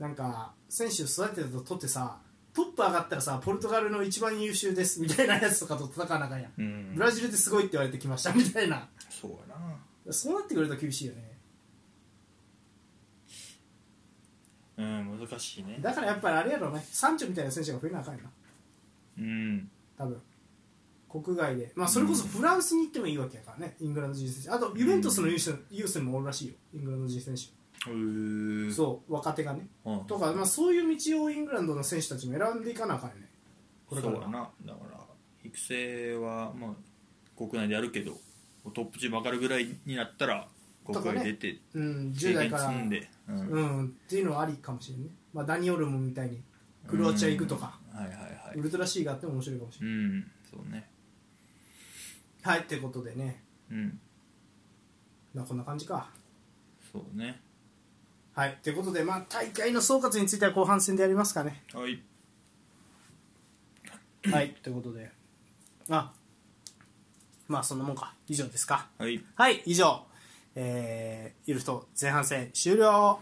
[SPEAKER 1] なんか選手育てたと取ってさトップ上がったらさポルトガルの一番優秀ですみたいなやつとかと戦わなあかんやん
[SPEAKER 2] うん
[SPEAKER 1] ブラジルですごいって言われてきましたみたいな
[SPEAKER 2] そうやな
[SPEAKER 1] そうなってくると厳しいよね
[SPEAKER 2] うん難しいね
[SPEAKER 1] だからやっぱりあれやろねサンチョみたいな選手が増えなあかんやな
[SPEAKER 2] うん
[SPEAKER 1] 多分国外で、まあ、それこそフランスに行ってもいいわけやからねイングランド人選手あとユベントスの優秀優先もおるらしいよイングランド人選手
[SPEAKER 2] うー
[SPEAKER 1] そう若手がね
[SPEAKER 2] うん
[SPEAKER 1] とか、まあ、そういう道をイングランドの選手たちも選んでいかなあかんよねこれから
[SPEAKER 2] そうやなだから育成はまあ国内でやるけどトップチーム上がるぐらいになったら国
[SPEAKER 1] とか
[SPEAKER 2] 外
[SPEAKER 1] ね
[SPEAKER 2] 出て
[SPEAKER 1] うん
[SPEAKER 2] 経
[SPEAKER 1] 10代
[SPEAKER 2] 験
[SPEAKER 1] から
[SPEAKER 2] 積んで、うんは
[SPEAKER 1] うんっていうのはありかもしれないね、まあ、ダニオルモみたいにクロアチア行くとか、
[SPEAKER 2] いはいはい
[SPEAKER 1] ウルトラ C があっても面白いかもし
[SPEAKER 2] う
[SPEAKER 1] れ
[SPEAKER 2] んそうね
[SPEAKER 1] ない、はいってことでね、
[SPEAKER 2] うん
[SPEAKER 1] まあ、こんな感じか
[SPEAKER 2] そうね
[SPEAKER 1] はいということで、まあ、大会の総括については後半戦でやりますかね
[SPEAKER 2] はい
[SPEAKER 1] はいということであまあそんなもんか以上ですか
[SPEAKER 2] はい
[SPEAKER 1] はい以上えー、ゆるふと前半戦終了